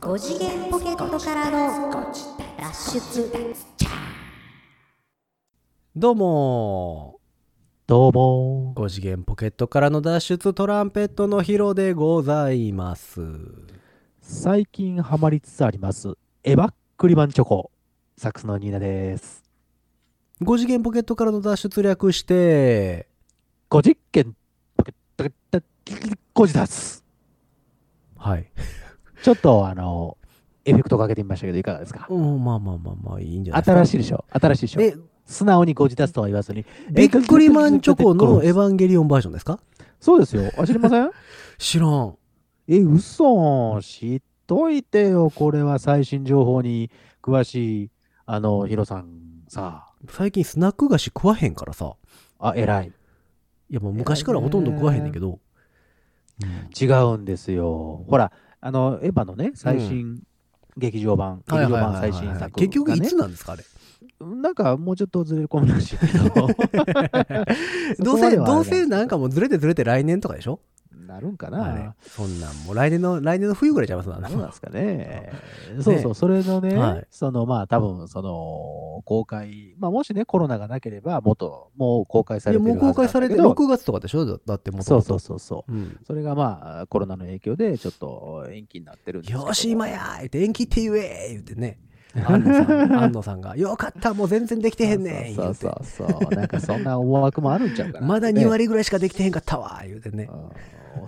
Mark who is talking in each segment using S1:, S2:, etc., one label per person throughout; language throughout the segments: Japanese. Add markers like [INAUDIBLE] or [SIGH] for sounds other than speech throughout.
S1: 5次元ポケットからの脱出
S2: どうも
S3: どうも
S2: 5次元ポケットからの脱出トランペットのヒロでございます
S3: 最近ハマりつつありますエバックリマンチョコサックスのニーナです
S2: 5次元ポケットからの脱出略して
S3: ご実験ポケットご自達
S2: はい
S3: ちょっとあのエフェクトかけてみましたけどいかがですか
S2: うんまあまあまあまあいいんじゃない
S3: 新し
S2: い
S3: いでしょ新しいでしょ
S2: え
S3: 素直にご自達とは言わずに
S2: ビックリマンチョコのエヴァンゲリオンバージョンですか
S3: そうですよあ知りません
S2: 知らん
S3: え嘘知っといてよこれは最新情報に詳しいあのヒロさんさ
S2: 最近スナック菓子食わへんからさ
S3: あ偉い
S2: いやもう昔からほとんど食わへんねんけど、
S3: 違うんですよ。ほら、あの、エヴァのね、最新劇場版、
S2: はい
S3: 劇
S2: は
S3: 場
S2: い
S3: 版
S2: はい
S3: 最
S2: はい
S3: 新作が、ね
S2: 結局いつなんですかあれ
S3: なんかもうちょっとずれ込むらしいけど。
S2: [LAUGHS] どう
S3: そこま
S2: せ
S3: では
S2: どうせなんかもうずれてずれて来年とかでしょ
S3: なるんか
S2: あれ
S3: な。
S2: そんなんもう来年の来年の冬ぐらいちゃいますな
S3: なるんですかね。そうそう、それのね、
S2: はい
S3: そのまあ多分、その公開、まあもしね、コロナがなければ、もっと、もう公開さ
S2: い
S3: れ
S2: や
S3: てる
S2: もう公開されて
S3: はずなんだけ
S2: 6月とかでしょだだってもと
S3: どそう
S2: もと
S3: そうそうそう。
S2: うん
S3: それがまあコロナの影響でちょっと延期になってるんですけど。
S2: よーし今やーって延期って言えー言って
S3: [LAUGHS]
S2: ね安野さん安野さんが「よかったもう全然できてへんねん」
S3: そ
S2: 言
S3: う
S2: っ
S3: そ
S2: て
S3: うそうそう。なんかそんな思惑もあるんちゃうかな。
S2: まだ2割ぐらいしかできてへんかったわー言うてね
S3: うん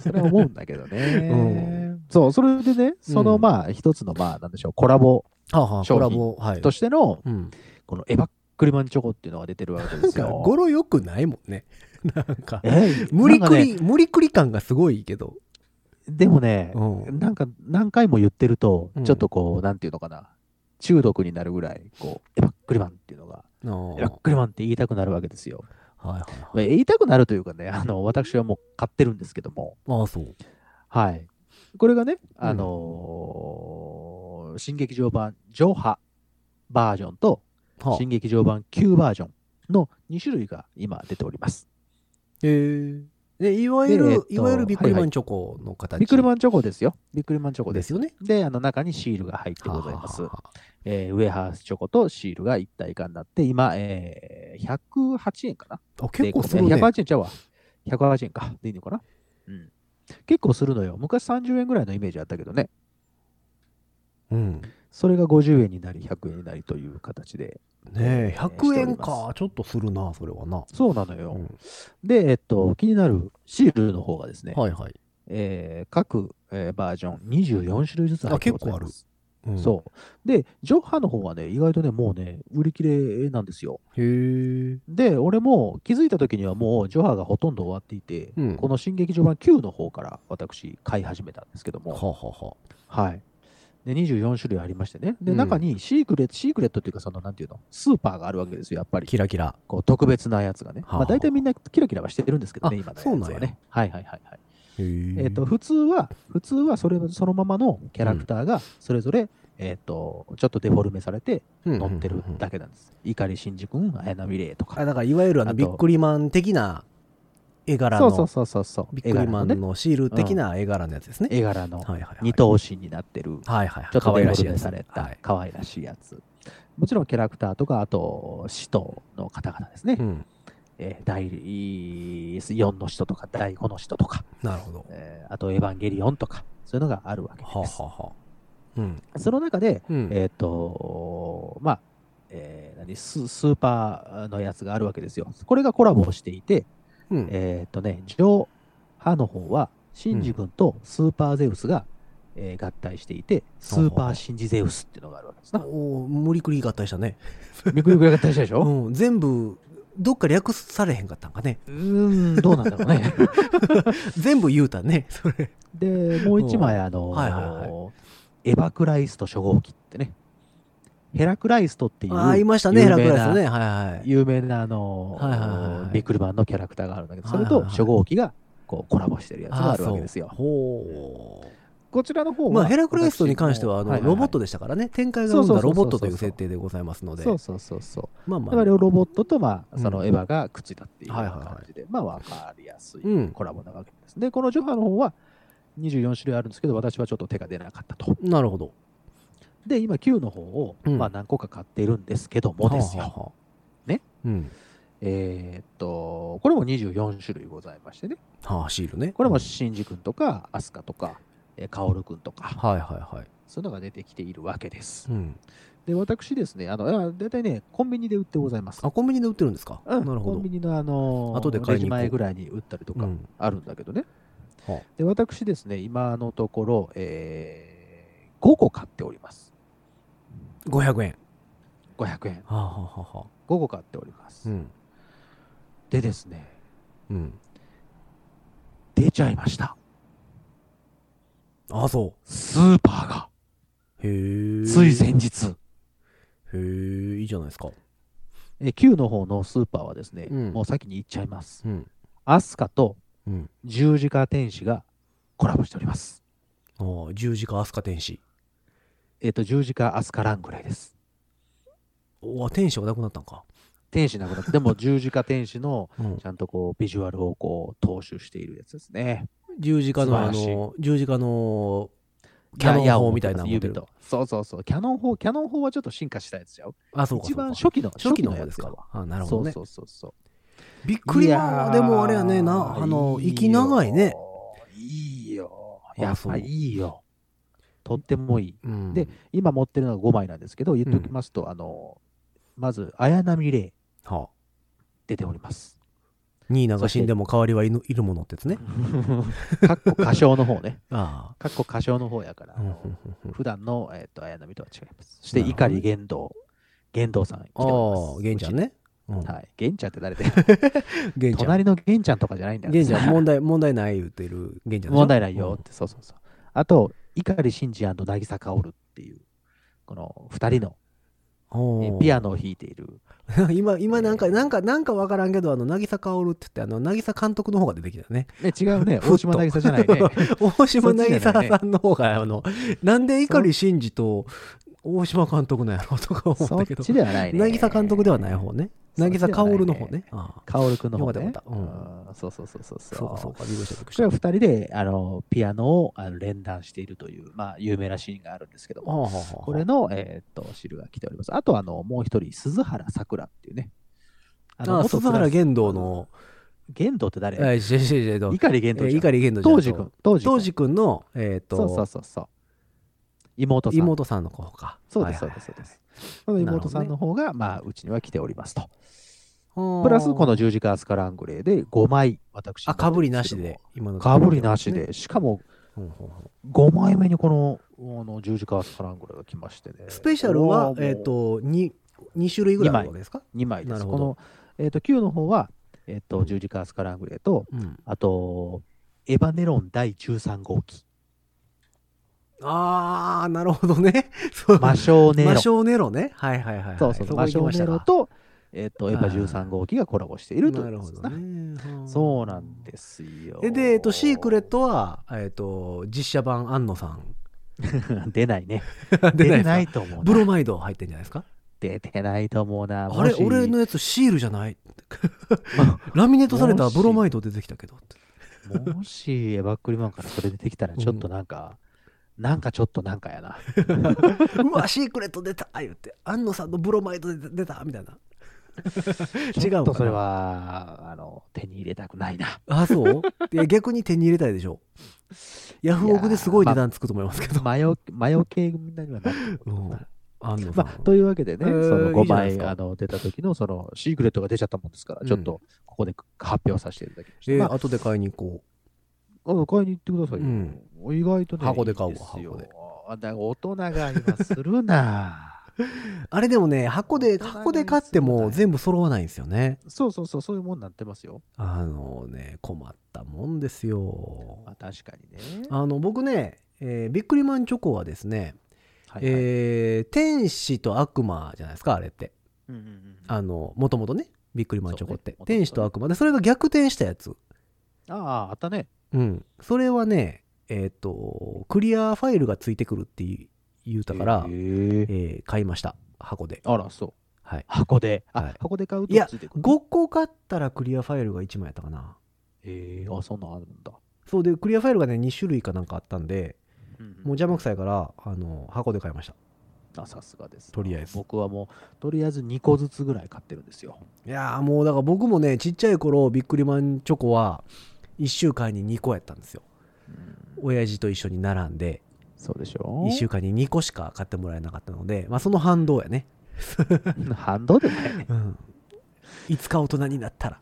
S3: それは思うんだけどね。
S2: う
S3: そう、それでね、そうの
S2: ん
S3: まあ、一つのまあ、なんでしょう、コラボ
S2: はあはあ
S3: 商
S2: コラ
S3: 品
S2: ボはい
S3: としての、
S2: うん
S3: このエバックリマンチョコっていうのが出てるわけで
S2: なん
S3: す
S2: か
S3: よ。
S2: 語呂よくないもんね [LAUGHS] なんか
S3: え
S2: 無理く
S3: なんかね
S2: り無理くり感がすごいけど
S3: でもね、
S2: うん
S3: なんか何回も言ってると
S2: うん、
S3: ちょっとこう、なんていうのかな、中毒になるぐらい、こう、エバックリマンっていうのが、
S2: あー
S3: エバックリマンって言いたくなるわけですよ。
S2: はいはいはい
S3: まあ言いたくなるというかね、あの、私はもう買ってるんですけども、
S2: ああそう
S3: はい。これがね、あのー新劇場版上波バージョンと
S2: はあ
S3: 新劇場版旧バージョンの2種類が今出ております。
S2: えーでいわゆ
S3: でえっ
S2: る
S3: と
S2: いわゆるビックリ
S3: はい
S2: マ
S3: は
S2: ン
S3: い
S2: チョコの形
S3: ビックリマンチョコですよ。ビックリマンチョコ
S2: で
S3: です。
S2: すよね
S3: で、あの中にシールが入ってございます
S2: は。あはあはあ
S3: えーウェハースチョコとシールが一体化になって、今、えー108円かな
S2: あ結構するね
S3: 税込み108円ちゃうわ。108円か。でいいのかなうん。結構するのよ。昔30円ぐらいのイメージあったけどね。
S2: うん
S3: それが50円になり、100円になりという形で
S2: ねえ
S3: えー
S2: 100円
S3: しており
S2: かちょっとするなそれはな、
S3: そうなのよ。
S2: うん
S3: で、えっと、気になるシールの方がですね、
S2: はいはい、
S3: えー各、えーバージョン24種類ずつ入ってございます
S2: あ結うん
S3: そう。で、ジョハの方はね、意外とね、もうね、売り切れなんですよ。
S2: へえ
S3: で、俺も気づいた時にはもうジョハがほとんど終わっていて、
S2: うん
S3: この新劇場版9の方から私、買い始めたんですけど
S2: は
S3: も、
S2: あ、はあは
S3: はい。で、24種類ありましてね。で、
S2: うん
S3: 中にシークレット、シークレットっていうか、その、なんていうの、スーパーがあるわけですよ、やっぱ
S2: あ、
S3: り。
S2: キラキラ
S3: こう特別なやつがね、
S2: はあ
S3: まあ、大体みんなキラキラはしてるんですけどね、
S2: あ
S3: 今のやつ
S2: そうなん
S3: は
S2: や
S3: ね。はいはいはいはい。
S2: へえ
S3: えっ、と、普通は、普通はそれそのままのキャラクターが、それぞれ、えっ、と、ちょっとデフォルメされて乗ってるだ
S2: け
S3: けなんです。碇、真珠君、綾波レイと
S2: あ
S3: か。
S2: だからいわゆるあの
S3: あと
S2: ビックリマン的な絵柄の
S3: そうそうそうそうそう。
S2: ビックリマン
S3: 絵柄のね
S2: のシール的な絵柄のやつですね、
S3: 絵柄の
S2: はいはいはい
S3: 二等身になって
S2: は
S3: る、
S2: いはいはい
S3: ちょっ
S2: 可
S3: と
S2: 愛
S3: デフ
S2: ら
S3: ォ
S2: しい
S3: ル
S2: や
S3: メ
S2: つ
S3: され
S2: は
S3: た
S2: い、
S3: 可愛らしいやつ。もちろんキャラクターとか、あと、使徒の方々ですね。
S2: うん
S3: えー第4の人とか、第5の人とか。
S2: なるほど
S3: えーあと、エヴァンゲリオンとか、そういうのがあるわけ
S2: はあ
S3: です。
S2: はあはあうん
S3: その中で、
S2: うん
S3: えっ、とまあ、えー何ス、スーパーのやつがあるわけですよ。これがコラボをしていて、
S2: うん
S3: えっ、とね、ジョー派の方は、シンジ君とスーパーゼウスが、えー合体していて、スーパーシンジゼウスっていうのがあるわけですな。
S2: おー無理くり合体したね、
S3: みくりくり合体したでし
S2: [LAUGHS]
S3: ょ
S2: うん、全部どっか略されへんかったんかね
S3: うーん、どうなんだろうね。
S2: [LAUGHS] 全部言うたねそれ
S3: で、もう一枚、あの、
S2: はいはいはい
S3: エヴァクライスト初号機ってね、ヘラクライストっていう、
S2: ああいましたねヘ
S3: 有名
S2: ラ
S3: な
S2: クラスねはいはい
S3: 有名な、あの、
S2: はいはいはいはい
S3: ビックリマンのキャラクターがあるんだけど、
S2: はいは
S3: そ
S2: い
S3: れ
S2: はい
S3: と初号機がこうコラボしてるやつがあるわけです
S2: あ
S3: よ
S2: ー。そうほ
S3: こちらの方
S2: う
S3: は、
S2: まあヘラクライストに関してはあ
S3: は
S2: の
S3: いはいは
S2: ロ
S3: い
S2: ボットでしたからね展開が生んだロボットという設定でございますので
S3: そうそうそうそう。
S2: まあ
S3: だ
S2: ま
S3: から
S2: あ
S3: ロボットと、ま
S2: う
S3: あ、
S2: ん
S3: そのエヴァが口だっていうよう
S2: は
S3: な
S2: いはいはい
S3: 感じで、まあ、わかりやすい
S2: うん
S3: コラボなわけです。で、このジョハの方は、24種類あるんですけど、私はちょっと手が出なかったと。
S2: なるほど
S3: で、今 Q の方を、
S2: うん
S3: まあ何個か買っているんですけどもですよ。
S2: はあはあ
S3: ね。
S2: うん。
S3: えーっと、これも24種類ございましてね。
S2: はあ、シールね。
S3: これも
S2: うん
S3: シンジ君とか、アスカとか、えーカオル君とか、
S2: はいはいはい。
S3: そういうのが出てきているわけです。
S2: うん。
S3: で、私ですね、あの、あ大体ね、コンビニで売ってございます。
S2: あ、コンビニで売ってるんですか。
S3: うん
S2: なるほ
S3: コ
S2: ど
S3: ンビ。ニのあのー
S2: 後で買いに行こう
S3: レジ前ぐらいに売ったりと
S2: う
S3: か
S2: ん
S3: あるんだけどね。
S2: はあ
S3: で、私ですね、今のところ、えー5個買っております。
S2: 500円。
S3: 500円。
S2: はあはあはあはあ。
S3: 5個買っております。
S2: うん。
S3: でですね、
S2: うん。
S3: 出ちゃいました。
S2: あ、そ
S3: スーパーが、
S2: う。へえ。
S3: つい先日。
S2: へえ、いいじゃないですか。
S3: えー、Q の方のスーパーはですね、
S2: うん
S3: もう先に行っちゃいます。
S2: うん。
S3: アスカと
S2: うん。
S3: 十字架天使がコラボしております。
S2: ああ、十字架飛鳥天使。
S3: えっ、と、十字架アスカランぐらいです。
S2: お天使はなくなったんか。
S3: 天使なくなって、 [LAUGHS] でも十字架天使の
S2: うん
S3: ち。ゃんとこう、ビジュアルをこう、踏襲しているやつですね。
S2: 十字架のあ
S3: 素晴ら
S2: の、十字架の、キャノン砲みたいなの持って
S3: 指
S2: る
S3: と。そうそうそう。キャノン砲、キャノン砲はちょっと進化したやつちゃう。
S2: あ、そうか。
S3: 一番
S2: そう
S3: 初期の、
S2: か初期の方です
S3: や
S2: か
S3: つ。
S2: あ、なる
S3: やわ
S2: ほ
S3: そ
S2: ど
S3: う
S2: ね。
S3: そうそうそう。
S2: びっくり
S3: いや
S2: な。
S3: ー
S2: でもあれやね、な、あの、
S3: いいよ
S2: 息長いね。。
S3: いいよ。
S2: あ
S3: やっ
S2: そう
S3: ぱいいよ。とってもいい。
S2: うん
S3: で、今持ってるのが5枚なんですけど、言っておきますと、あの、まず、綾波レイ
S2: はあ。
S3: 出ております。
S2: ニーナが死んでも代わりはいぬいるものってやつ [LAUGHS] ね。
S3: かっこ歌唱の方ね。
S2: あ
S3: かっこ歌唱の方やから、
S2: あ。
S3: あ
S2: うん
S3: の
S2: うんうんうん
S3: 普段の、えっと綾波とは違います。そして、
S2: なるほどね
S3: 碇玄道、玄道さん来て
S2: あ
S3: お
S2: あ、
S3: り
S2: 玄
S3: ます。
S2: ちゃんね。うん
S3: うち。はい。玄ちゃんって誰だよ。
S2: 玄ちゃん。
S3: 隣の玄ちゃんとかじゃないんだよ。
S2: 玄ちゃん、問題、問題ない言ってる玄ちゃんでしょ。
S3: 問題ないよって、そうそうそう。あと、碇シンジ渚薫っていう、この二人の、
S2: うん。
S3: え
S2: おー
S3: ピアノを弾いている。
S2: [LAUGHS] 今、今なんか、
S3: えー
S2: なんか、なんかわからんけど、あの、渚薫って言って、あの、渚監督の方が出てきたね。
S3: ね、違うね。
S2: ふっと
S3: 大島渚じ
S2: [LAUGHS]
S3: ゃないね。
S2: 大島渚さんの方が、あの、なんで碇慎二と大島監督なんやろうとか思
S3: そ
S2: っ
S3: った
S2: けど、
S3: ちではないね。
S2: 渚監督ではない方ね。
S3: そっちでは
S2: 渚
S3: な
S2: 薫
S3: いね
S2: の方ね。ああ
S3: 薫君の方ね
S2: よか。ったよかった
S3: うんそうそうそうそうそう。
S2: そうか、そうか、びっくりしたびっくりし
S3: これ
S2: た
S3: は二人で、あの、ピアノをあの連弾しているという、まあ、有名なシーンがあるんですけども、
S2: はあはあはあ
S3: これの、えーっと、汁が来ております。あと、あの、もう一人、鈴原さくらっていうね。あ
S2: ああ、鈴原玄道。の、
S3: 元玄道って誰
S2: え、ジェジェジェと、
S3: 碇玄道
S2: え
S3: じゃん。
S2: 碇玄道じゃん
S3: 当時君。当時君
S2: 当時くんの、えっ
S3: そうそう
S2: と、
S3: そうそう。妹さん。
S2: 妹さんの子か。
S3: そうです、そ
S2: は
S3: う
S2: いは
S3: で
S2: い
S3: す、そうです。この妹さんの方が、まあ、うちには来ておりますと。
S2: プ
S3: プラス、こ、の十字架アスカラングレーで5枚、私。
S2: あ、かぶりなしで。、今の。
S3: かぶりなし。で、しかも
S2: うんうんうん
S3: 5枚目にこのあの十字架アスカラングレーが来ましてね。
S2: スペシャルは、えっ、と、
S3: と
S2: 2、二種類ぐらいあるわけですか
S3: 2枚で
S2: な
S3: す。
S2: る
S3: こ
S2: ほど
S3: の、えっ、と、Q の方は、えっ、と、十字架アスカラングレーと、
S2: うん。
S3: あと、エヴァネロン第13号機、
S2: あー、なるほどね。 [LAUGHS] そう。
S3: 魔性ネロ
S2: 魔。性ネロね。はいはいはいはい。
S3: そうそうそう、
S2: こ
S3: 魔
S2: 行き
S3: 性
S2: ました
S3: ネ
S2: か
S3: ロと、えっ、と、エヴ
S2: あー
S3: ァ13号機がコラボしているという
S2: なる
S3: こ
S2: ほ
S3: とです
S2: ど
S3: ね。
S2: ね。
S3: そうなんですよ。
S2: えで、えっと、シークレットは、えっと、実写版安野さん。
S3: [LAUGHS] 出ないね。
S2: 出ない
S3: [LAUGHS] 出
S2: ですか
S3: ないと思うな。
S2: ブロマイド入ってんじゃないですか
S3: 出てないと思うな。
S2: あれ、
S3: もし
S2: 俺のやつシールじゃない。
S3: ま
S2: ラミネートされた
S3: もし
S2: ブロマイド出てきたけどって。[LAUGHS]
S3: [LAUGHS] もし、エヴァクリマンからそれ出てきたら、ちょっとなんか、なんかちょっとなんかやな。
S2: うわ、シークレット出た言って、安野さんのブロマイド出た出たみたいな。 [LAUGHS] 違う
S3: ちょ
S2: のか
S3: っと
S2: な
S3: それは、あの、手に入れたくないな。
S2: あ、そう [LAUGHS] いや、逆に手に入れたいでしょ。ヤフオクですごい値段つくと思いますけど。
S3: 魔除魔除けみんなにはなると思うな
S2: うん安 [LAUGHS] 野さん
S3: まあ、というわけでね、
S2: えー
S3: その5
S2: いいじゃないです
S3: 枚
S2: か
S3: あの出た時のそのシークレットが出ちゃったもんですから、
S2: うん
S3: ちょっとここで発表させていただきました。
S2: えー
S3: まあ
S2: 後で買いに行こ
S3: うん買いに行ってくださいよ。
S2: うん
S3: 意外とね、
S2: 箱で買うわ
S3: いいすよ
S2: 箱で
S3: あだから大人が今する
S2: [LAUGHS]
S3: な。
S2: う。あれでもね、箱で、箱で買っても全部揃わないんですよね。
S3: そうそうそう、そういうもんになってますよ。
S2: あのね、困ったもんですよ。
S3: まあ、確かにね。
S2: あの、僕ね、えービックリマンチョコはですね、
S3: はいはい
S2: えー天使と悪魔じゃないですか、あれって。
S3: うんうんうん
S2: あの、もともとね、ビックリマンチョコって。
S3: そうね元々ね
S2: 天使と悪魔で、それが逆転したやつ。
S3: ああ、あったね。
S2: うん。それはね、えっ、と、クリアファイルがついてくるって言言うたからえ
S3: へ、え
S2: ー買いました。箱で。
S3: あら、そう。
S2: はい。
S3: 箱で。あ、
S2: はい
S3: 箱で買うと
S2: いや
S3: ついてくる。
S2: 5個買ったらクリアファイルが1枚やったかな。
S3: えあ、そんなんあるんだ。
S2: そうで、クリアファイルがね、2種類かなんかあったんで、
S3: うんうん
S2: もう邪魔くさいから、あの、箱で買いました。
S3: あさすがです。
S2: とりあえず
S3: 僕はもう、とりあえず2個ずつぐらい買ってるんですよ。
S2: いやーもうだから僕もねちっちゃい頃ビックリマンチョコは1週間に2個やったんですよ親父と一緒に並んで
S3: そうでしょ
S2: 1週
S3: [LAUGHS]
S2: 間に2個しか買ってもらえなかったのでまあその反動やね、
S3: 反動でもないね。
S2: うん、いつか大人になったら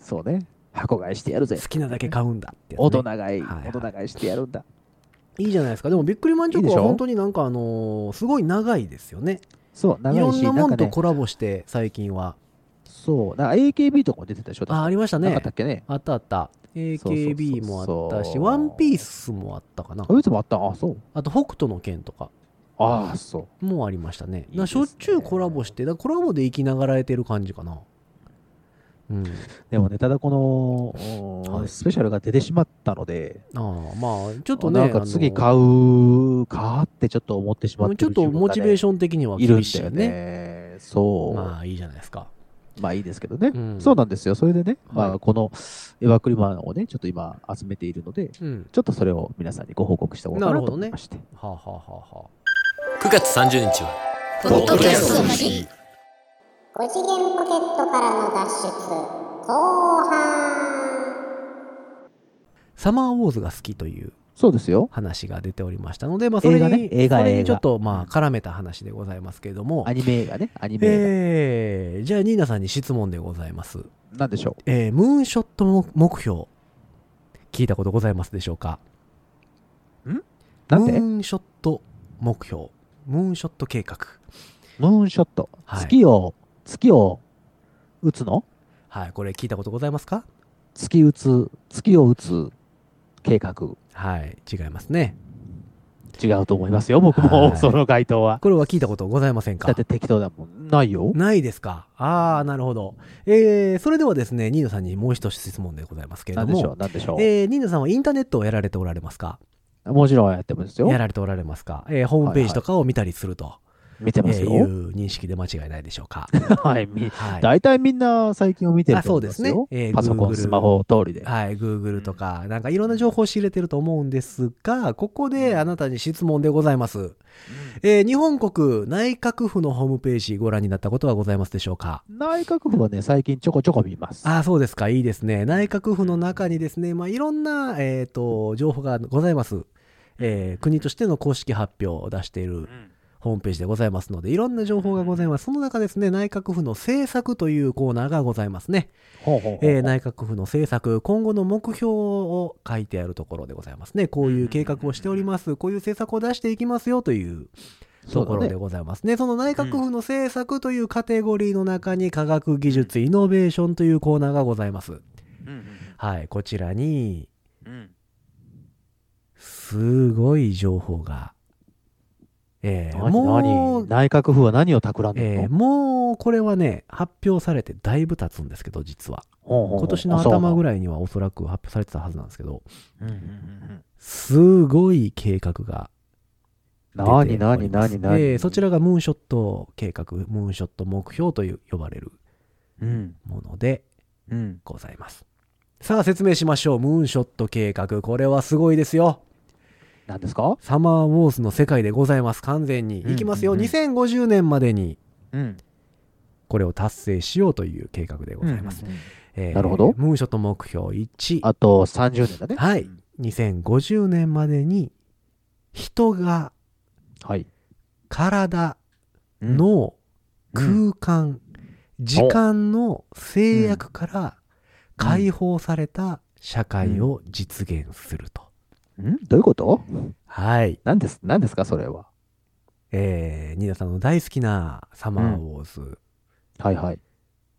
S3: そうね。箱買いしてやるぜ
S2: 好。きなだけ買うんだってやつね、
S3: 大人買い、
S2: はい
S3: 大人買いしてやるんだ。
S2: いいじゃないですかでもビックリマンチョコ
S3: いいで
S2: は
S3: しょ
S2: 本当になんかあのーすごい長いですよね
S3: そう、
S2: い
S3: 長
S2: ろ
S3: い
S2: ん
S3: し、
S2: なも
S3: なんんか
S2: と
S3: ね、
S2: コラボして最近は、
S3: そう、なんか AKB とかも出てたでしょ
S2: あありました
S3: なか
S2: ね
S3: ったっけね。
S2: あったあった
S3: そうそうそう
S2: AKB もあったしワンピースもあったかな
S3: あ、いつもあったあ、そう。
S2: あと北斗の剣とか
S3: ああ、そう。
S2: もありましたね。だか
S3: いい
S2: ら
S3: です
S2: しょ
S3: ね
S2: っちゅうコラボして、だからコラボで生きながらえてる感じかな。うん。
S3: でもね、ただこの、
S2: はい
S3: スペシャルが出てしまったので、
S2: ああ、まあ、ちょっとね、
S3: なんか次
S2: あ
S3: 買うかってちょっと思ってしまっ
S2: の
S3: て
S2: ちょっとモチベー
S3: ョ
S2: ション的にはい
S3: るん
S2: 厳しい
S3: だ
S2: よ
S3: よ
S2: ね。
S3: ね。そう。ま
S2: まあ、いいじゃないですか。
S3: あ、いいですけどね、
S2: うん
S3: そうなんですよ。それでね、ま
S2: は
S3: あ、このエヴァクリマンをね、ちょっと今集めているので、
S2: うん。
S3: ちょっとそれを皆さんにご報告したこうか
S2: なるほ
S3: なと
S2: ど
S3: 思
S2: ね
S3: いまして。
S2: はあ、はあはあは
S4: 9月30日は
S1: ポッドキャストの日
S5: 5次元ポケットからの脱出後半
S2: あ、サマーウォーズが好きという
S3: そうですよ。
S2: 話が出ておりましたので、まあ、それ
S3: 映画
S2: に、
S3: ね映画
S2: それ
S3: 映
S2: にち
S3: 画
S2: ょっと、まあ、絡めた話でございますけれども
S3: ア、ニメ映画ね、アニメ映
S2: えー、じゃあ、ニーナさんに質問でございます。
S3: 画。なんでしょ
S2: えームーンショットも目標、聞いたことございますでしょうか
S3: う。なん
S2: ム
S3: で
S2: ーンショット目標ムーンショット計画
S3: ムーンショット。
S2: はい
S3: 月を、月を打つの
S2: はいこれ聞いたことございますか
S3: 月打つ、月を打つ計画。
S2: はい違いますね
S3: 違うと思いますよ、僕も、
S2: はい
S3: その回答は。
S2: これは聞いたことございません
S3: だ
S2: か
S3: って適当だもん。ないよ。
S2: ないですかああなるほどえー、それではですねニーノさんにもう一つ質問でございますけれ
S3: な
S2: ど
S3: んでしょ
S2: も
S3: う、なんでしょう。
S2: えー、ニーノさんはインターネットをやられておられますか
S3: もちろんやってますよ
S2: や。られておられますか、えーホームページとかを見たりすると、
S3: 見て
S2: え
S3: ます
S2: ー
S3: よ。
S2: いう認識で間違いないでしょうか
S3: [LAUGHS] はい、み
S2: はい
S3: 大体みんな最近を見てると思いますよ。
S2: あそうですねえー
S3: パソコ
S2: Google
S3: ン、スマホ通りで。
S2: はい、Google とか、なんかいろんな情報を仕入れてると思うんですが、ここであなたに質問でございます。えー日本国内閣府のホームページご覧になったことはございますでしょうか
S3: 内閣府はね、最近ちょこちょこ見ます。
S2: ああ、そうですか。いいですね。内閣府の中にですね、まあ、いろんな、えっ、と、情報がございます。えー国としての公式発表を出しているホームページでございますので、いろんな情報がございます。その中ですね、内閣府の政策というコーナーがございますね。
S3: ほうほうほう
S2: えー内閣府の政策、今後の目標を書いてあるところでございますね。こういう計画をしております。こういう政策を出していきますよという
S3: そう
S2: と
S3: だ
S2: ころ
S3: ね
S2: でございますね。その内閣府の政策というカテゴリーの中に科学技術イノベーションというコーナーがございます。はい、こちらに、すごい情報が、えー
S3: 何
S2: も
S3: 何
S2: う、
S3: 内閣府は何を企んでるの、
S2: えーもうこれはね、発表されてだいぶ経つんですけど、実は。
S3: ほうほうほう
S2: 今年の頭ぐ
S3: らい。
S2: らいにはおそらく発表されてたはずなんですけど、
S3: うんうんうん
S2: すごい計画が出ており
S3: 何
S2: ます。
S3: 何何何
S2: でそちらがムーンショット計画、ムーンショット目標という呼ばれる
S3: うん
S2: もので
S3: うん
S2: ございます。さあ説明しましょう。ムーンショット計画。これはすごいですよ。
S3: 何ですか
S2: サマーウォーズの世界でございます。完全に。
S3: うん
S2: いきますよ。
S3: うんうん
S2: 2050年までに
S3: うん。
S2: これを達成しようという計画でございます。
S3: うんうんうん
S2: えー
S3: なるほど
S2: ムーンショット目標1。
S3: あと30年だね。
S2: はい。2050年までに人が
S3: はい。
S2: 体、
S3: うん
S2: 脳、
S3: うん
S2: 空間、時間の制約から解放された社会を実現すると。
S3: んどういうこと
S2: はい。
S3: 何です、何ですかそれは。
S2: えー、ニーナさんの大好きなサマーウォーズ、
S3: はいはい。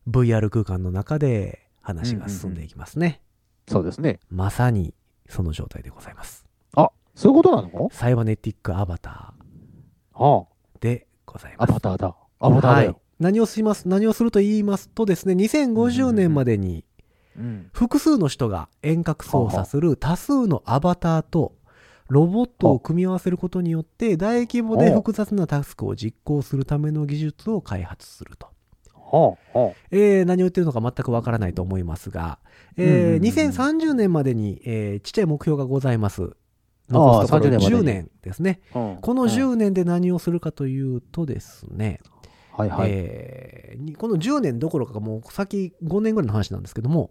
S2: VR 空間の中で話が進んでいきますね。
S3: そうですね。
S2: まさにその状態でございます。
S3: あ、そういうことなの
S2: サイバネティックアバタ
S3: あ
S2: ーでござい
S3: あ、
S2: ま
S3: ア
S2: す。
S3: バターだ。アバターだ
S2: はい
S3: よ。
S2: 何をします何をすると言いますとですね2050年までに
S3: うん。
S2: 複数の人が遠隔操作する多数のアバターとロボットを組み合わせることによって大規模で複雑なタスクを実行するための技術を開発すると。
S3: はあ、は
S2: えー何を言ってるのか全くわからないと思いますが、えー
S3: うんうんうん
S2: 2030年までに、えーちっちゃい目標がございます。残すところ
S3: ああ30年までに
S2: 10年ですね。
S3: うん
S2: この10年で何をするかというとですね、
S3: はいはい。
S2: えーにこの10年どころかもう先5年ぐらいの話なんですけども、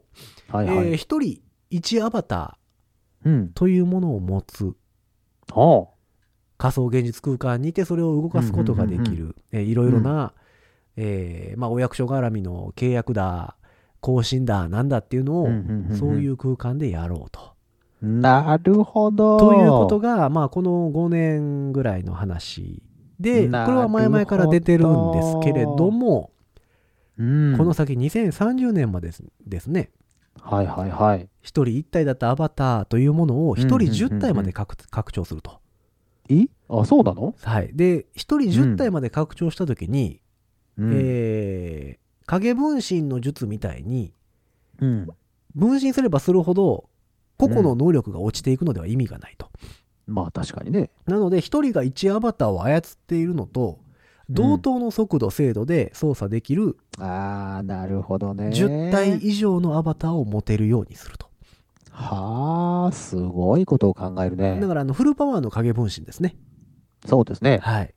S3: はいはい。
S2: え1人1アバタ
S3: うん
S2: ー。というものを持つ
S3: あ
S2: 仮想現実空間にてそれを動かすことができ
S3: うんうん
S2: るえーいろいろな、えーまあ、お役所絡みの契約だ更新だなんだっていうの
S3: あ。
S2: を、
S3: んんんん
S2: そういう空間でやろうと。
S3: なるほど。
S2: ということが、まあ、この5年ぐらいの話でこれ
S3: なるほど
S2: は前々から出てるんですけれども、
S3: うん、
S2: この先2030年までですですね
S3: はいはいはい。
S2: 1人1体だったアバターというものを1人
S3: うんうんうんうん
S2: 10体まで拡拡張すると。
S3: えあ、そうなの、
S2: はい、で1人10体まで拡張した時に、えー影分身の術みたいに
S3: うん。
S2: 分身すればするほど個々の能力が落ちていくのでは意味がないと。
S3: まあ確かにね。
S2: なので1人が1アバターを操っているのと同等の速度精度で操作できる
S3: ああ、なるほどね。
S2: 10体以上のアバターを持てるようにすると。
S3: はあ、すごいことを考えるね
S2: だ。からあのフルパワーの影分身ですね。
S3: そうですね。
S2: はい。っ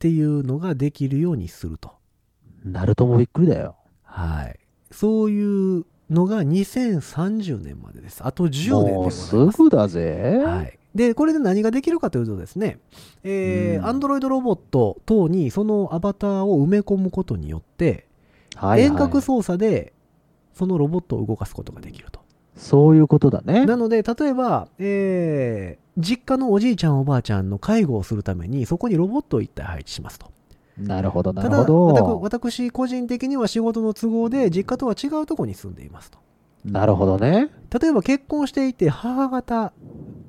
S2: ていうのができるようにすると。
S3: ナルトもびっくりだよ。
S2: はい。そういうのが2030年までです。あと10年でござい
S3: もう
S2: ます
S3: す。ぐだぜ。
S2: はい、でこれで何ができるかというとですね、え
S3: うん
S2: ー、アンドロイドロボット等にそのアバターを埋め込むことによって、
S3: はいはい
S2: 遠隔操作でそのロボットを動かすことができると。
S3: そういうことだね。
S2: なので例えば、えー実家のおじいちゃんおばあちゃんの介護をするためにそこにロボットを一体配置しますと。
S3: なるほど、な
S2: た
S3: る
S2: だ
S3: ほ
S2: 私
S3: ど。
S2: 私個人的には仕事の都合で実家とは違うところに住んでいますと。
S3: なるほどね。
S2: 例えば結婚していて母方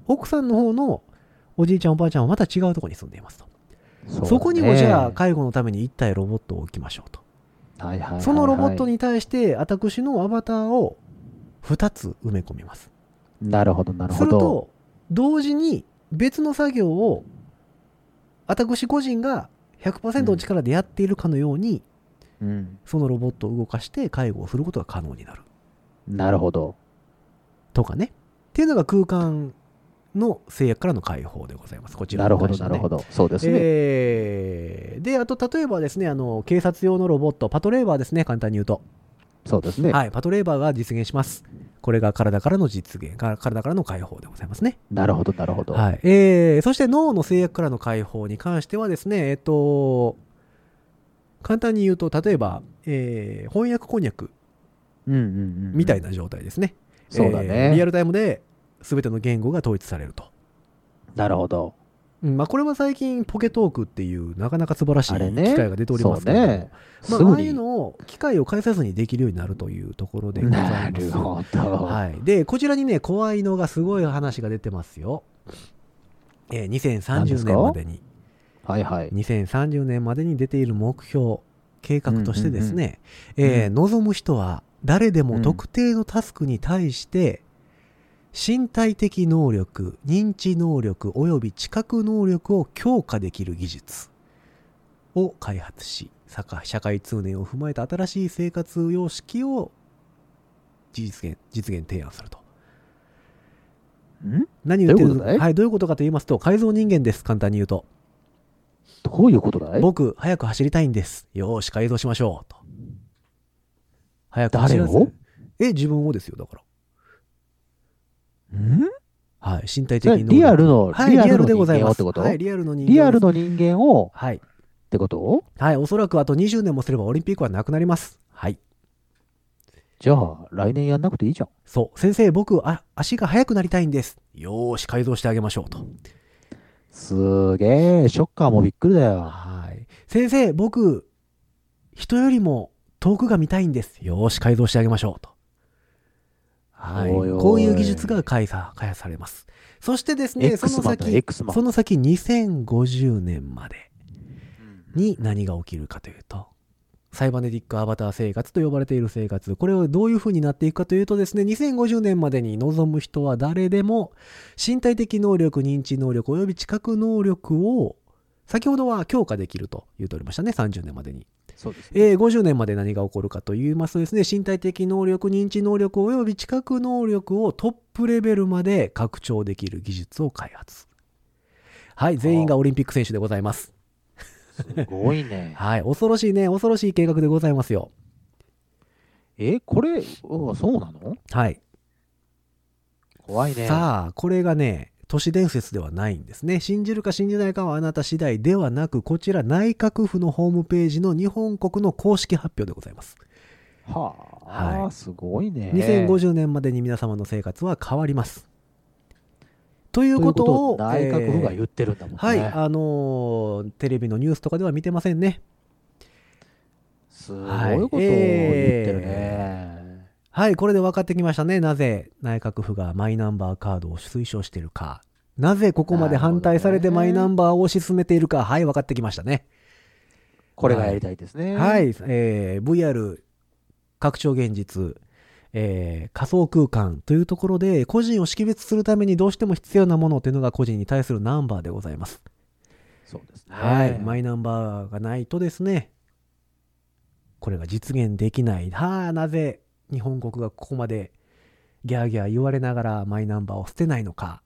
S2: 奥さんの方のおじいちゃんおばあちゃんはまた違うところに住んでいますと。
S3: そ
S2: そこにもじゃあ
S3: か
S2: 介護のために1体ロボットを置きましょうと。
S3: はいはいはいはい
S2: そのロボット。に対して私のアバターを2つ埋め込みます。
S3: なるほど、なる
S2: す
S3: ほ
S2: る
S3: ど。
S2: と同時に別の作業を私個人が100%の力でやっているかのように、
S3: うん
S2: そのロボットを動かして介護をすることが可能になる
S3: なるほど。
S2: とかね。っていうのが空間の制約からの解放でございます。こちら
S3: なる
S2: の
S3: ほ
S2: 関
S3: ど、
S2: して
S3: な
S2: ね、
S3: るほど。そうですね。
S2: えーで、あと例えばですね、あの警察用のロボット、パトレーバーですね、簡単に言うと。
S3: そうですね。
S2: はい、パトレーバーが実現します。これが体からの実現、から体からの解放でございますね。
S3: なるほど、なるほど。
S2: はいえーそして脳の制約からの解放に関してはですね、えっと、簡単に言うと、例えば、えー翻訳こんにゃく
S3: うんうんうんうん。
S2: みたいな状態ですね。
S3: そうだ
S2: えーリア
S3: ね。
S2: ルタイムで全ての言語が統一されると。
S3: なるほど。
S2: うんまあ、これは最近、ポケトークっていう、なかなか素晴らしい
S3: あれ
S2: 機
S3: ね
S2: 会が出ておりますけれども、
S3: そうね
S2: ますあ、あ
S3: ぐ
S2: あいう
S3: に。
S2: のを機械を介さずにできるようになるというところでございます。
S3: なるほど。
S2: はい、でこちらにね怖いのがすごい話が出てますよ、えー
S3: 何で
S2: 2030
S3: す
S2: 年
S3: か
S2: までに
S3: はいはい。
S2: 2030年までに出ている目標計画としてですね、
S3: うんうんうん
S2: えー
S3: うん
S2: 望む人は誰でも特定のタスクに対して身体的能力認知能力および知覚能力を強化できる技術を開発し社会社会通念を踏まえた新しい生活様式を実現実現提案すると
S3: ん
S2: 何を言ってる
S3: どういうことだい
S2: はい、どういうことかと言いますと改造人間です簡単に言うと
S3: どういうことだい
S2: 僕、早く走りたいんです。よーし、改造しましょう。と。早く走
S3: 誰
S2: らせ
S3: を
S2: え、自分をですよ、だか
S3: ん
S2: ら。はい、身体的
S3: それ
S2: に。
S3: リアルの、
S2: はい、
S3: リ
S2: リ
S3: ア
S2: ア
S3: ル
S2: ル
S3: の
S2: でご
S3: 人
S2: ざい
S3: 間を
S2: ま
S3: っ
S2: す。
S3: てこと
S2: はい、リアルの人間
S3: リア
S2: で
S3: ル
S2: す
S3: の人間を
S2: はい。
S3: ってこと
S2: はい、おそらくあと20年もすればオリンピックはなくなります。はい。
S3: じゃあ、来年やんなくていいじゃん。
S2: そう、先生、僕、あ足が速くなりたいんです。よーし、改造してあげましょう。と。
S3: すげえ、ショッカーもびっくりだよ。
S2: はい。先生、僕、人よりも遠くが見たいんです。よーし、改造してあげましょう。と。はい。
S3: おいおい
S2: こういう技術が開発開発されます。そしてですね、そ
S3: X
S2: の
S3: マンだ
S2: 先、
S3: X マン
S2: そ。の先2050年までに何が起きるかというと、サイバネティックアバター生活と呼ばれている生活、これをどういう風になっていくかというとですね、2050年までに望む人は誰でも身体的能力、認知能力、および知覚能力を先ほどは強化できると言っておりましたね、30年までに。
S3: そうですね。
S2: えー50年まで何が起こるかと言いますとですね、身体的能力、認知能力、および知覚能力をトップレベルまで拡張できる技術を開発。はい、全員がオリンピック選手でございます。
S3: すごいね。
S2: はい、恐ろしいね、恐ろしい計画でございますよ。
S3: え、これ、うんそうなの
S2: はい。
S3: 怖いね。
S2: さあ、これがね、都市伝説ではないんですね。信じるか信じないかはあなた次第ではなく、こちら内閣府のホームページの日本国の公式発表でございます。
S3: はあ、
S2: はい
S3: すごいね。
S2: 2050年までに皆様の生活は変わります。という
S3: という
S2: こ
S3: ことと
S2: を、
S3: を内閣府が
S2: えー
S3: 言ってるんだもんね。
S2: はい、あのーテレビのニュースとかでは見てませんね。
S3: すごいことを言ってるね。
S2: はい、これで分かってきましたね。なぜ内閣府がマイナンバーカードを推奨しているか。なぜここまで反対されて
S3: なるほ
S2: マ
S3: どね
S2: イナンバーを推し進めているか。はい、分かってきましたね。
S3: これがやりたいですね。
S2: はい、えー VR 拡張現実、えー仮想空間というところで個人を識別するためにどうしても必要なものというのが個人に対するナンバーでございます。
S3: そうですね。
S2: はい、マイナンバーがないとですね、これが実現できない。はあ、なぜ日本国がここまでギャーギャー言われながらマイナンバーを捨てないのか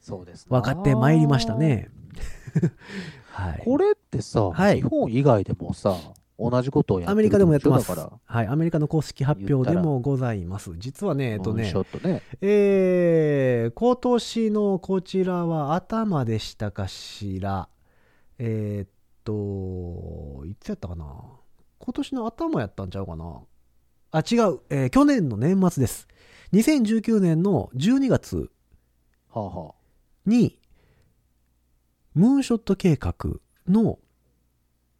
S3: そうですな
S2: 分かってまいりました。ね。はい、
S3: これってさ、
S2: はい
S3: 日本以外でもさ、同じことをやってる
S2: アメリカでもやってます。
S3: だから
S2: はい、アメリカの公式発表で
S3: 言った
S2: もございます。実はね、えっと
S3: ムーン
S2: ね
S3: ショ、ットね。
S2: えー、今年のこちらは頭でしたかしら。えーっと、いつやったかな今年の頭やったんちゃうかなあ、違う、えー去年の年末です。2019年の12月
S3: はあは
S2: に、ムーンショット計画の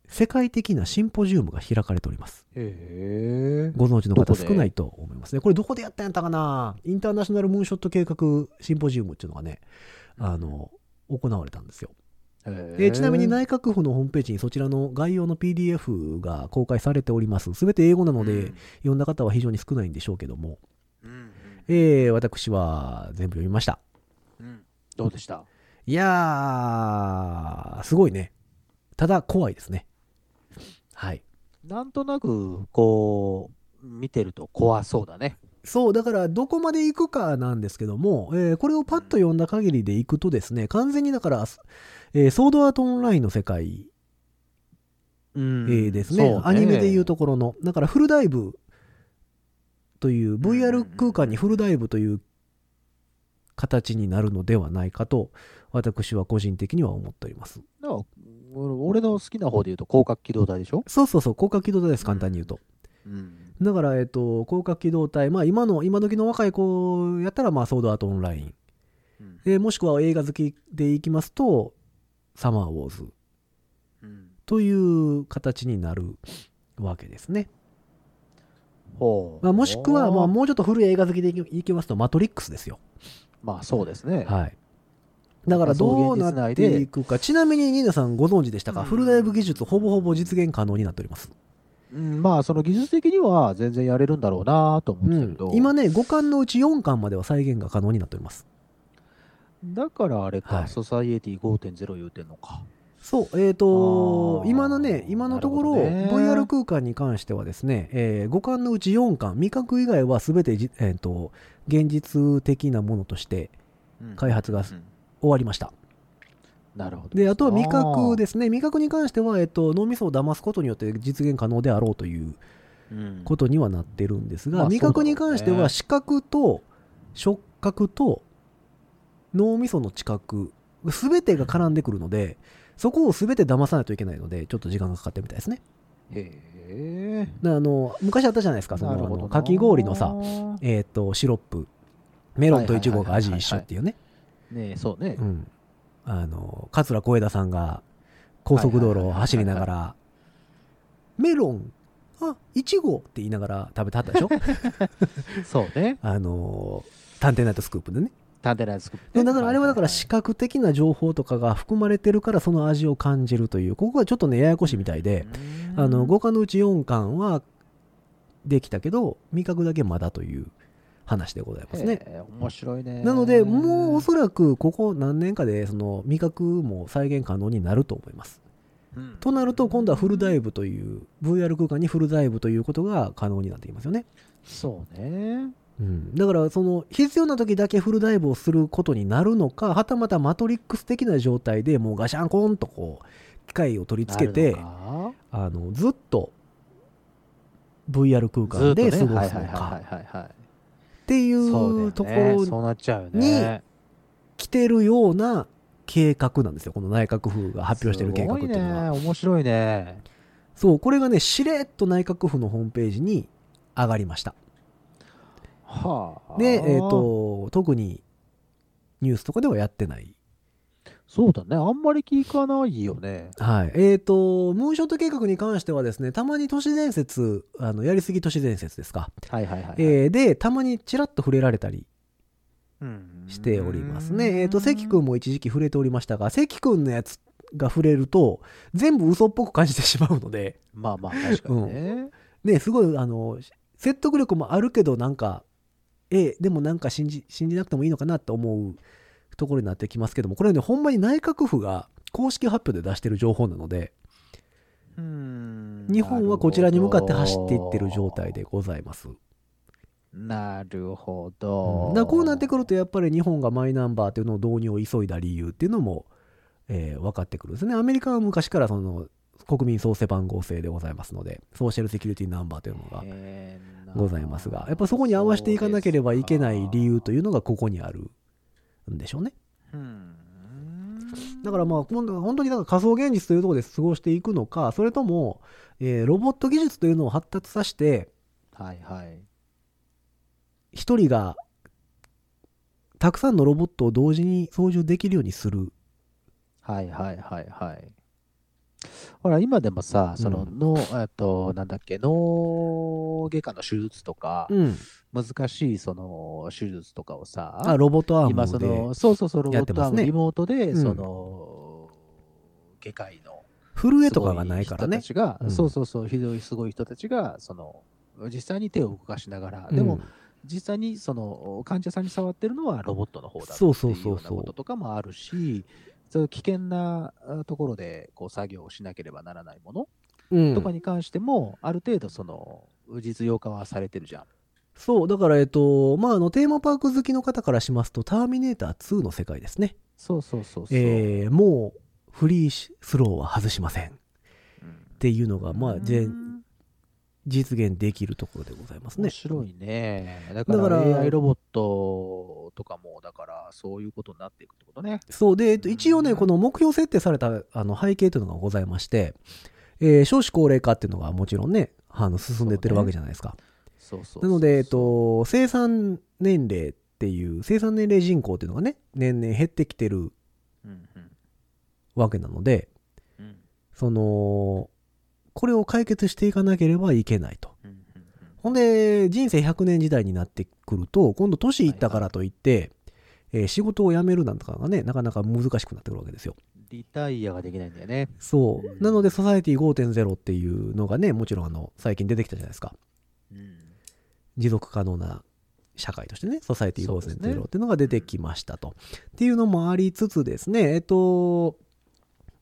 S2: 世界的なシンポジウムが開かれております。
S3: あ。へえ。
S2: ご存知の
S3: ど
S2: 方
S3: こで
S2: 少ないと思いますね。これどこでやったんやったかなインターナショナルムーンショット計画シンポジウムっていうのがね、あの、行われたんですよ。
S3: へ
S2: で
S3: え
S2: ちなみに内閣府のホームページにそちらの概要の PDF が公開されております。すべて英語なので、読んだ方は非常に少ないんでしょうけども、
S4: うん
S2: えー私は全部読みました。
S4: うん
S3: どうでした
S2: いやー、すごいね。ただ怖いですね。はい。
S3: なんとなく、こう、見てると怖そうだね。
S2: そう、だからどこまで行くかなんですけども、えーこれをパッと読んだ限りで行くとですね、完全にだから、すえーソードアートオンラインの世界、
S3: う
S2: え
S3: ん
S2: ーですね、アニメでいう
S3: と。
S2: ところの、だからフルダイブという、VR 空間にフルダイブという形になるのではないかと、私は個人的には思っております。
S3: だから俺俺の好きな方で言うと、広角機動隊でしょ
S2: そうそうそう、広角機動隊です、簡単に言うと。
S3: うん。
S2: だから、えっ、と、広角機動隊、まあ今の、今時の若い子やったら、まあソードアートオンライン。
S4: うん
S2: でもしくは映画好きでいきますと、サマーウォーズ
S4: うん
S2: という形になるわけですね。
S3: ほう。
S2: まあ、もしくは、まあ、
S3: まあ、
S2: もうちょっと古い映画好きでいきいきますと、マトリックスですよ。
S3: そうですね。
S2: はい。だからどうなっていくか、ちなみにニーナさんご存知でしたか、
S4: うん
S2: フルダイブ技術、ほぼほぼ実現可能になっております。
S3: うん、まあ、その技術的には全然やれるんだろうなと思ってたけど、
S2: 今ね、5巻のうち4巻までは再現が可能になっております。
S3: だからあれか、
S2: はい
S3: ソサイエティ5.0言うてんのか。
S2: そう、えっ、と
S3: あ、ー
S2: 今のね、今のところ、
S3: なるほどね
S2: VR 空間に関してはですね、え5巻のうち4巻、未覚以外は全てじ、えー、と現実的なものとして
S4: うん
S2: 開発が
S4: う
S2: 終
S4: ん
S2: わりました。
S3: なるほど。
S2: で、あとは味覚
S3: で。
S2: ですね、味覚に関しては、えー、と脳みそを騙すことによって実現可能であろうという
S4: うん
S2: ことにはなってるんですが、
S3: まあ
S2: 味覚に関して
S3: そうだろう
S2: は
S3: ね
S2: 視覚と触覚と脳みその知覚、全てが絡んでくるので、そこを全て騙さないといけないので、ちょっと時間がかかってるみたいですね。
S3: へえ。
S2: なあの昔あったじゃないですかその
S3: なるほ
S2: あ
S3: ど
S2: の
S3: な
S2: かき氷のさ、えー、とシロップメロンとイチゴが味一緒っていうね
S3: ねえそうね。
S2: うんあの桂小枝さんが高速道路を走りながらメロンあイチゴって言いながら食べてはったでしょ
S3: そう
S2: [LAUGHS]
S3: ね。
S2: あの探偵ナイトスクープでね
S3: 探偵ナイスクープ
S2: で
S3: ね
S2: だからあれはだから視覚的な情報とかが含まれてるからその味を感じるというここがちょっとねややこしいみたいで、あの5巻のうち4巻はできたけど味覚だけまだという話でございますね。
S3: へえ面白いね。
S2: なのでもうおそらくここ何年かでその味覚も再現可能になると思います。
S4: うん
S2: となると今度はフルダイブという VR 空間にフルダイブということが可能になってきますよね。
S3: そうね。
S2: うん、だからその必要な時だけフルダイブをすることになるのかはたまたマトリックス的な状態でもうガシャンコンとこう機械を取り付けて
S3: なるのか
S2: あのずっと VR 空間で過
S3: ずっとね
S2: ご
S3: はい
S2: す
S3: はい
S2: の
S3: は
S2: か
S3: いはいはいはい
S2: ってい
S3: そうだ
S2: う
S3: よね
S2: ところに
S3: そうなっちゃうよね
S2: 来てるような計画なんですよこの内閣府が発表してる計画っていうのは、
S3: すごいね面白いね
S2: そうこれがねしれっと内閣府のホームページに上がりました
S3: はあ
S2: でえっ、と特にニュースとかではやってない
S3: そうだねあんまり聞かないよね
S2: はい。えっ、と、ムーンショット計画に関してはですね、たまに都市伝説、あの、やりすぎ都市伝説ですか。
S3: はいはいはいはい、
S2: えーで、たまにちらっと触れられたり
S4: うん
S2: しておりますね。えっ、と、関くんも一時期触れておりましたが、関くんのやつが触れると、全部嘘っぽく感じてしまうので、
S3: まあまあ確かにね、
S2: ね、すごい、あの、説得力もあるけど、なんか、えーでもなんか信じ、信じなくてもいいのかなって思うところになってきますけども、これね、ほんまに内閣府が公式発表で出してる情報なので、
S4: うん
S2: 日本はこちらに向かって走っていってる状態でございます。
S3: なるほ
S2: うん
S3: ど、
S2: だからこうなってくるとやっぱり日本がマイナンバーっていうのを導入を急いだ理由っていうのも、えー分かってくるんですね。アメリカは昔からその国民創生番号制でございますのでソーシャルセキュリティナンバーというのが
S3: 変な
S2: ございますがやっぱそこに合わせていかなければいけない理由というのがここにあるんでしょうね。
S4: うん
S2: だからまあ今度は本当になんか仮想現実というところで過ごしていくのかそれとも、えーロボット技術というのを発達させて
S3: はいはい
S2: 一人がたくさんのロボットを同時に操縦できるようにする。
S3: はいはいはいはいほら今でもさその脳、えっとなんだっけ脳外科の手術とか、
S2: ん。
S3: 難しいその手術とかをさ
S2: あ、ロボットアー
S3: 今
S2: ム
S3: そ
S2: で。
S3: のそうそうそうロボ
S2: やっ
S3: ッ
S2: て
S3: ト
S2: ま
S3: アー
S2: す
S3: ム、
S2: ね
S3: リモートで、
S2: うん
S3: その外科医の
S2: 震えとかがないからね。
S3: すごい人たちが、
S2: うん
S3: そうそうそうひどいすごい人たちがその実際に手を動かしながら、で
S2: う
S3: も
S2: ん
S3: 実際にその患者さんに触ってるのはロボットの方だってい
S2: そううそう
S3: よ
S2: そう
S3: うな
S2: そう
S3: こととかもあるし、そういう危険なあところでこう作業をしなければならないもの
S2: うん
S3: とかに関しても、ある程度その実用化はされてるじゃん。
S2: そう、だから、えっと、まあ、あの、テーマパーク好きの方からしますと、ターミネーター2の世界ですね。
S3: そうそうそうそう。
S2: えーもう、フリーしスローは外しません。っ
S4: うん
S2: ていうのが、まあ、
S3: う
S2: ぜ
S3: ん
S2: 実現できるところでございます
S3: 面
S2: ね。
S3: 白いね。だか
S2: からら
S3: AI ロボットとかも、だからそういうことになっていくってことね。
S2: そうで、えっと、一応ね、この目標設定されたあの背景というのがございまして、えー少子高齢化っていうのがもちろんね、あの進んでってるわけじゃないですか。
S3: そうそうそう
S2: なので、えっ、と、生産年齢っていう、生産年齢人口っていうのがね、年々減ってきてる
S4: うんうん
S2: わけなので、
S4: うん
S2: その、これを解決していかなければいけないと。
S4: うんうん
S2: ほんで、人生100年時代になってくると、今度年いったからといって、えー仕事を辞めるなんとかがね、なかなか難しくなってくるわけですよ。
S3: リタイアができないんだよね。
S2: そう。なので、ソサエティ5.0っていうのがね、もちろんあの、最近出てきたじゃないですか。
S4: うん
S2: 持続可能な社会としてね、ソサエティ
S3: そうですね
S2: 5.0っていうのが出てきましたと。っていうのもありつつですね、えっと、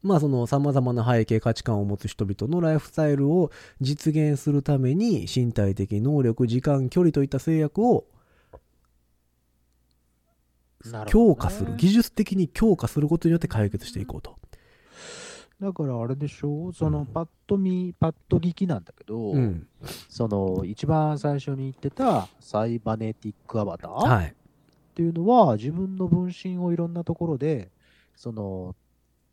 S2: まあその様々な背景価値観を持つ人々のライフスタイルを実現するために身体的能力、時間、距離といった制約を
S3: なるほどね
S2: 強化する、技術的に強化することによって解決していこうと。
S3: だからあれでしょう、そうの
S2: ん
S3: パッと見、パッと聞きなんだけど、
S2: うん。
S3: その一番最初に言ってたサイバネティックアバターっ
S2: はい。
S3: ていうのは、自分の分身をいろんなところで、その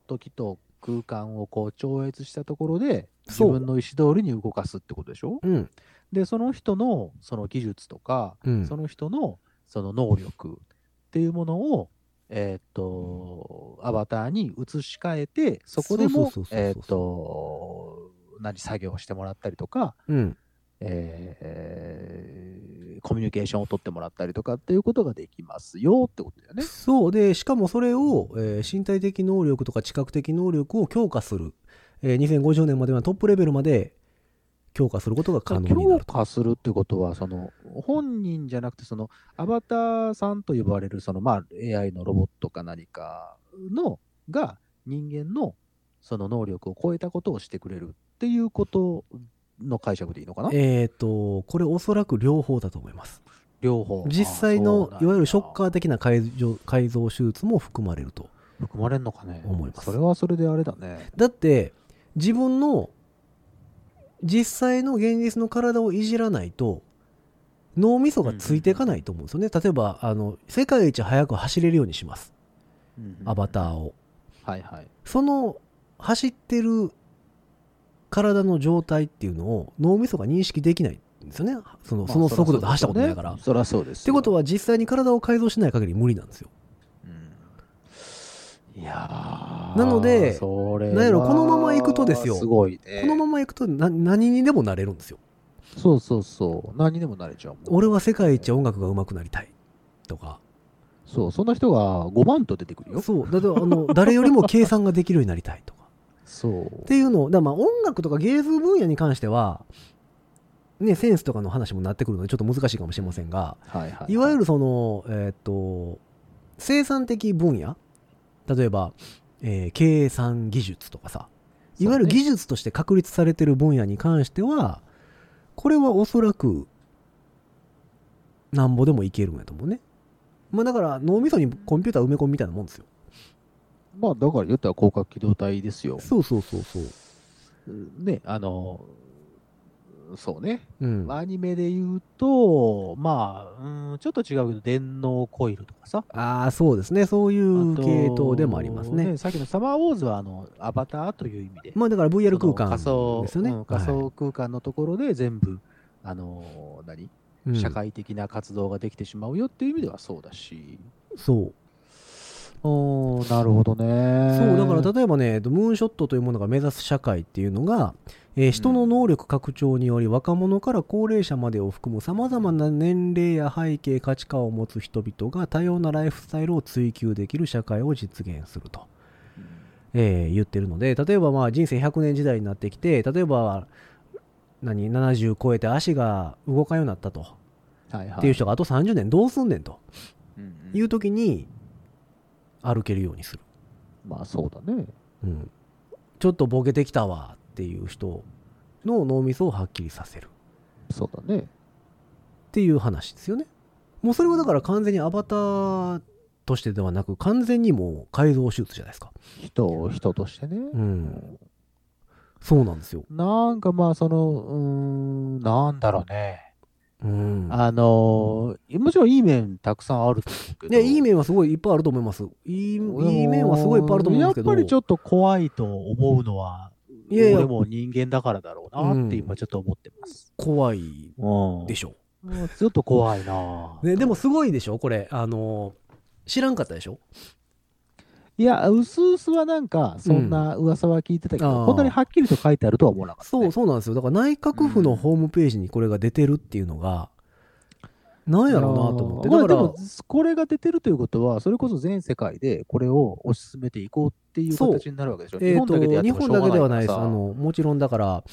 S3: 時と空間をこう超越したところで、自
S2: そう
S3: 分の意思通りに動かすってことでしょ
S2: うん。
S3: で、その人のその技術とか、
S2: うん
S3: そ。の人のその能力っていうものを、えーっと、アバターに移し替えて、そこで
S2: そうそ
S3: も
S2: うそうそう、そう
S3: えーっと、何作業をしてもらったりとか、
S2: うん。
S3: えーコミュニケーションを取ってもらったりとかっていうことができますよってことだよね。
S2: そうでしかもそれを、えー身体的能力とか知覚的能力を強化する、えー2050年まではトップレベルまで強化することが可能にな
S3: 強
S2: ると
S3: 化するってことは、その本人じゃなくて、そのアバターさんと呼ばれる、そのまあ AI のロボットか何かのが人間のその能力を超えたことをしてくれるっていうことの解釈でいいのかな
S2: えっ、とこれおそらく両方だと思います
S3: 両方。
S2: 実際
S3: あそう
S2: の
S3: なんだ
S2: いわゆるショッカー的な改造改造手術も含まれると
S3: 含まれんのかね
S2: 思います
S3: それはそれであれだね。
S2: だって自分の実際の現実の体をいじらないと脳みそがついていかないと思うんですよね、例えばあの世界一速く走れるようにします [LAUGHS] アバターを
S3: はいはい。
S2: その走ってる体の状態っていうのを脳みそが認識できないんですよねそのその速度で走ったことないから。っ
S3: そりゃそうですよ。
S2: てことは実際に体を改造しない限り無理なんですよ
S3: いや
S2: なので
S3: それは
S2: なんやろこのまま行くとですよ
S3: すごいね。
S2: このまま行くとな何にでもなれるんですよ。
S3: そうそうそう。何にでもなれちゃうもん。
S2: 俺は世界一音楽が上手くなりたいとか
S3: そう、そんな人が5万と出てくるよ。
S2: そうだってあの誰よりも計算ができるようになりたいと
S3: [LAUGHS]
S2: か
S3: そう。
S2: っていうのをだからまあ音楽とか芸術分野に関しては、ね、センスとかの話もなってくるのでちょっと難しいかもしれませんが
S3: はいはい
S2: わゆるその、えーっと生産的分野例えば、えー計算技術とかさいわゆる技術として確立されてる分野に関してはこれはおそらくなんぼでもいけるんやと思うね。まあだから脳みそにコンピューター埋め込むみたいなもんですよ。
S3: まあ、だから言ったら広角機動隊ですよ。
S2: そうそうそうそう。
S3: ね、あの、そうね。
S2: うん。
S3: アニメで言うと、まあ、うん、ちょっと違うけど、電脳コイルとかさ。
S2: ああ、そうですね。そういう
S3: あと
S2: 系統でもありますね。
S3: さっきのサマーウォーズは、あの、アバターという意味で。
S2: まあだから VR
S3: その
S2: 空間
S3: 仮
S2: です
S3: 想
S2: よね。
S3: うん仮
S2: は
S3: 想空間のところで全部、あのー何
S2: いうん
S3: 社会的な活動ができてしまうよっていう意味ではそうだし、
S2: そう。
S3: おーなるほどね
S2: そうだから例えばねムーンショットというものが目指す社会っていうのが、えー人の能力拡張により若者から高齢者までを含むさまざまな年齢や背景価値観を持つ人々が多様なライフスタイルを追求できる社会を実現すると、えー言ってるので例えばまあ人生100年時代になってきて例えば何70超えて足が動かんようになったと、
S3: はいは
S2: っていう人があと30年どうすんねんと
S4: うん
S2: いう時に歩けるようにする。
S3: まあそうだね
S2: うん、ちょっとボケてきたわっていう人の脳みそをはっきりさせるっ
S3: そうだね
S2: ていう話ですよね。もうそれはだから完全にアバターとしてではなく完全にもう改造手術じゃないですか。
S3: 人を人としてね、
S2: うん。そうなんですよ。
S3: なんかまあそのうーんなんだろうね
S2: うん。
S3: あのーもちろんいい面たくさんあると思うけど
S2: ね、いい面はすごいいっぱいあると思います。いいいい面はすごいいっぱいあると思うんですけど。
S3: やっぱりちょっと怖いと思うのは、
S2: いやいや
S3: 俺も人間だからだろうなって今ちょっと思ってます。
S2: 怖い
S3: うん
S2: でしょ。
S3: うんちょっと怖いな、
S2: ね、でもすごいでしょこれ。あの、知らんかったでしょ
S3: いや、うすうすはなんか、そんな噂は聞いてたけど、
S2: あー
S3: こんなにはっきりと書いてあるとは思わなかった、
S2: そう
S3: ね。
S2: そうなんですよだから内閣府のホームページにこれが出てるっていうのが、なんやろうなと思って
S3: まあ
S2: だから、
S3: でも、これが出てるということは、それこそ全世界でこれを推し進めていこうっていう
S2: そう
S3: 形になるわけでしょ。
S2: えー、と日
S3: てもしょ
S2: 本
S3: うが
S2: だけでは
S3: か
S2: な
S3: ら
S2: いです
S3: さ
S2: あのもちろんだから、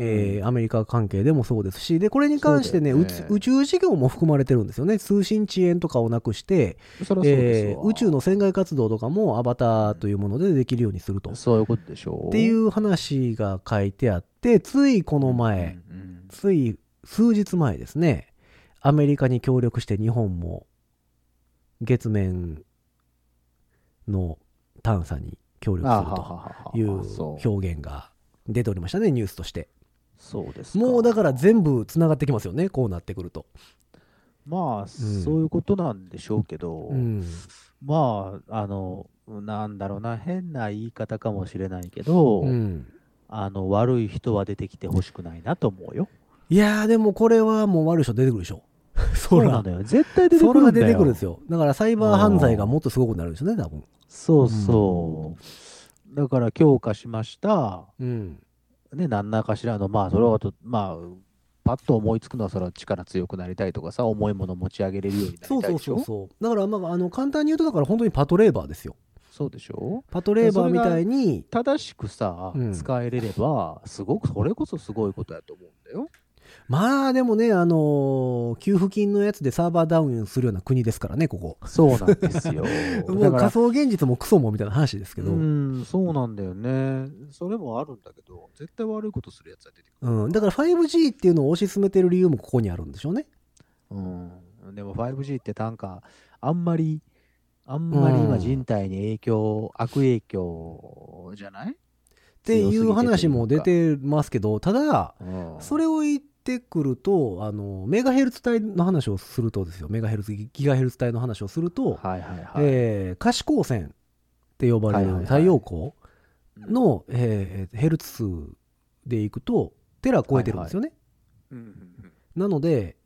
S2: えーアメリカ関係でもそうですしでこれに関してね
S3: そう
S2: う
S3: だよ
S2: ち
S3: ね
S2: 宇宙事業も含まれてるんですよね通信遅延とかをなくして、
S3: そりゃそうで
S2: え
S3: すわ
S2: ー宇宙の船外活動とかもアバターというものでできるようにすると、っ
S3: そういうことでしょう。
S2: ていう話が書いてあってついこの前、
S4: うん
S2: つい数日前ですね、アメリカに協力して日本も月面の探査に協力す
S3: あは
S2: る
S3: は
S2: と
S3: はは
S2: いう
S3: そう
S2: 表現が出ておりましたね、ニュースとして。
S3: そうです
S2: もうだから全
S3: 全
S2: 部つながってきますよね、こうなってくると。
S3: まあ、そういうことなんでしょうけど、
S2: うん、
S3: まあ、あの、なんだろうな、変な言い方かもしれないけど、
S2: うん
S3: あの、悪い人は出てきてほしくないなと思うよ。
S2: いやー、でもこれはもう悪い人出てくるでしょ。 [LAUGHS] そ
S3: そう
S2: ら
S3: なのよ。絶対出て
S2: そ
S3: くる
S2: れ
S3: ん
S2: が
S3: だよ。
S2: 出てくるんですよ。だからサイバー犯罪がもっとすごくなるんですよね、多分。
S3: そうそう。だから、強化しました。
S2: うん。
S3: ね、何らかしらの、まあ、それはと、まあ、パッと思いつくのは、それは力強くなりたいとかさ、重いもの持ち上げれるようになりたいでし
S2: そ
S3: ょ
S2: うそうそうそう。だから、まあ、あの簡単に言うと、だから本当にパトレーバーですよ。
S3: そうでしょ
S2: パトレーバーみたいに
S3: 正しくさ、
S2: うん
S3: 使えれれば、すごく、それこそすごいことやと思うんだよ。
S2: まあでもねあのー給付金のやつでサーバーダウンするような国ですからねここ
S3: そうなんです [LAUGHS] よ。
S2: も
S3: だ
S2: う
S3: か
S2: 仮
S3: ら、
S2: 想現実もクソもみたいな話ですけど、
S3: う
S2: うん
S3: ん、そうなんだよね。それもあるんだけど、絶対悪いことするやつは出てくる。
S2: だから 5G っていうのを推し進めてる理由もここにあるんでしょうね
S3: うん、でも 5G って単価、あんまり、あんまり
S2: う
S3: 今
S2: ん
S3: 人体に影響、悪影響じゃない
S2: ていう話も出てますけど、ただ、そ
S3: れ、
S2: れを言ってくると、あの、メガヘルツ帯の話をするとですよ、メガヘルツ、ギガヘルツ帯の話をすると、
S3: はいはいはい。
S2: えー可視光線って呼ばれ
S3: はいはいは
S2: る
S3: い
S2: 太陽光の、えーヘルツ数でいくとテラ超えてるんですよね、なので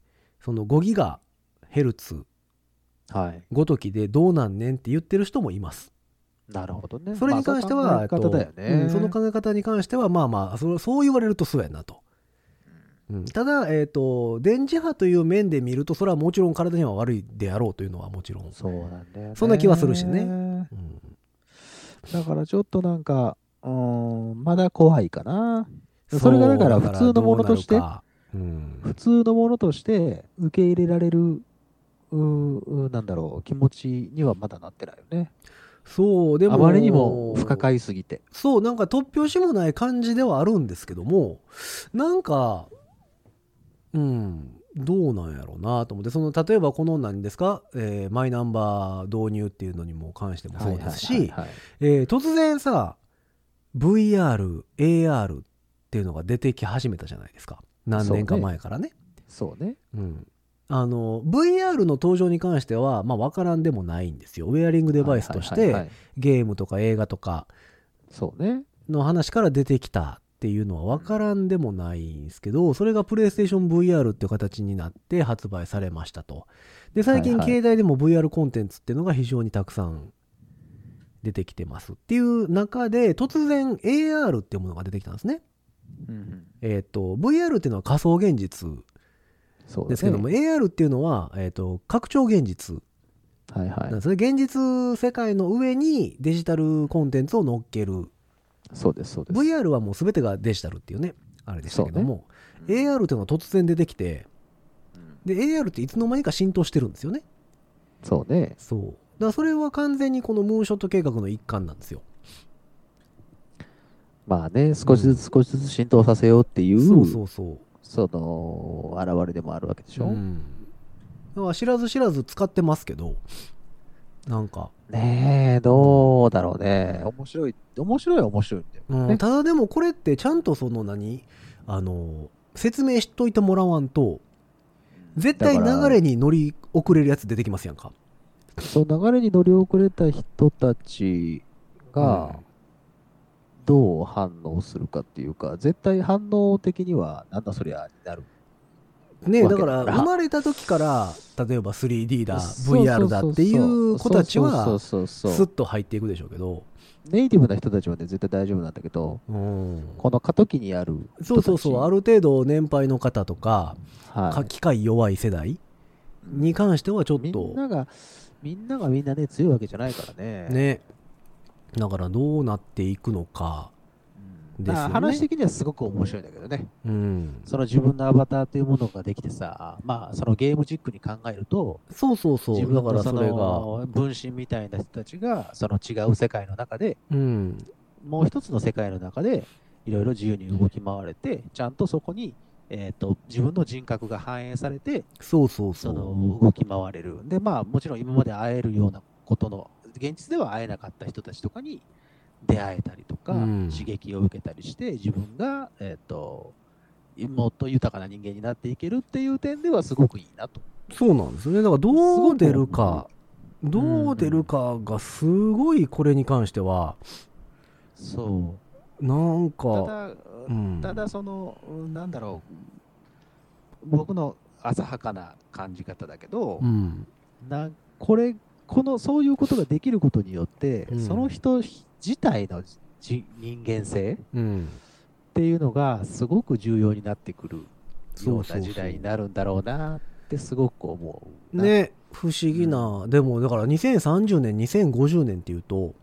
S2: その5ギガヘルツ
S3: はい。
S2: ごときでどうなんねんって言ってる人もいます
S3: なるほどね。
S2: それに関して
S3: ま
S2: は、
S3: あ
S2: えっ
S3: そ
S2: と
S3: う考え方だよね。
S2: うんその考え方に関してはまあまあそそう言われるとそうやなと、うん、ただ、えー、と電磁波という面で見るとそれはもちろん体には悪いであろうというのはもちろん、
S3: そうなんだよね。
S2: そんな気はするしね。うん、
S3: だからちょっとなんか、うーん、まだ怖いかな。それがだから普通のものとし
S2: そ
S3: て
S2: うだからどうなるか
S3: 普通のものとして受け入れられる、うーうーなんだろう、気持ちにはまだなってないよね。
S2: そうでも
S3: あまりにも不可解すぎて。
S2: そうなんか突拍子もない感じではあるんですけどもなんかうんどうなんやろうなと思ってその例えばこの何ですか、えーマイナンバー導入っていうのにも関してもそうです
S3: はい
S2: し
S3: はいはいはい
S2: えー突然さ VRAR っていうのが出てき始めたじゃないですか何年か前からね
S3: そうね。
S2: うん、あの VR の登場に関しては、まあ、分からんでもないんですよウェアリングデバイスとし
S3: はいはいはい
S2: て
S3: はい
S2: ゲームとか映画とか
S3: そうね。
S2: の話から出てきたっていうのは分からんでもないんですけどそれが PlayStationVR っていう形になって発売されましたとで最近
S3: はいはい
S2: 携帯でも VR コンテンツっていうのが非常にたくさん出てきてますっていう中で突然 AR っていうものが出てきたんですねえっ、と VR っていうのは仮想現実
S3: そうだね
S2: ですけども、AR っていうのは、えー、と拡張現実
S3: はいは
S2: なんですね、現実世界の上にデジタルコンテンツを乗っける
S3: い。そうです、そうです。
S2: VR はもう全てがデジタルっていうねあれでしたけども、AR っていうのが突然出てきてで AR っていつの間にか浸透してるんですよね
S3: そうね。
S2: そうだからそれは完全にこのムーンショット計画の一環なんですよ
S3: まあね、少しずつ少しずつ浸透させようっていう、
S2: そうそうそう
S3: その、現れでもあるわけでしょ。
S2: うんだから知らず知らず使ってますけどなんか、
S3: ねえ、どうだろうね。面白い、面白いは面白いんだよ。
S2: うん
S3: ね
S2: ただでもこれってちゃんとその何あの説明しといてもらわんと絶対
S3: だから
S2: 流れに乗り遅れるやつ出てきますやんか
S3: そう流れに乗り遅れた人たちがどう反応するかっていうか、絶対反応的にはなんだそりゃになる。
S2: ね
S3: わけ
S2: だから
S3: だから
S2: 生まれた時から例えば 3D だ
S3: そうそうそう
S2: VR だっていう子たち
S3: そう
S2: は
S3: そうそう
S2: ス
S3: そ
S2: ッ
S3: う
S2: と入っていくでしょうけど
S3: ネイティブな人たちはね絶対大丈夫なんだけど、
S2: うん
S3: この過渡期にある人
S2: そ
S3: た
S2: う
S3: ち
S2: そうそうある程度年配の方とか
S3: は
S2: か機械弱い世代に関してはちょっ
S3: い、みん
S2: と
S3: ながみんながみんなね強いわけじゃないからね。
S2: ねだからどうなっていくのか
S3: うん
S2: ですよね
S3: まあ話的にはすごく面白いんだけどね。
S2: うん
S3: その自分のアバターというものができてさ、まあそのゲームチックに考えると、
S2: そうそうそ
S3: 自
S2: う
S3: 分
S2: だ
S3: の
S2: からそれが
S3: の分身みたいな人たちがその違う世界の中で
S2: うん
S3: もう一つの世界の中でいろいろ自由に動き回れてちゃんとそこに、えー、と自分の人格が反映されて
S2: そうそうそ
S3: そうの動き回れるでまあもちろん今まで会えるようなことの現実では会えなかった人たちとかに出会えたりとか、
S2: うん
S3: 刺激を受けたりして自分が、えー、ともっと豊かな人間になっていけるっていう点ではすごくいいなと。
S2: そうなんですよねだから
S3: す
S2: どう
S3: ごく
S2: 出るかどう出るかがすごいこれに関しては
S3: そう
S2: なん
S3: た
S2: か、
S3: だ、
S2: うん、
S3: ただその、うんなんだろう、僕の浅はかな感じ方だけど、
S2: うん、
S3: なこれ、このそういうことができることによって、
S2: うん
S3: その人自体のじ人間性
S2: うん、
S3: っていうのがすごく重要になってくる
S2: そ
S3: よ
S2: う
S3: う
S2: そう
S3: な
S2: そう
S3: 時代になるんだろうなってすごく思うな。
S2: ね不思議な、でもだから2030年2050年っていうと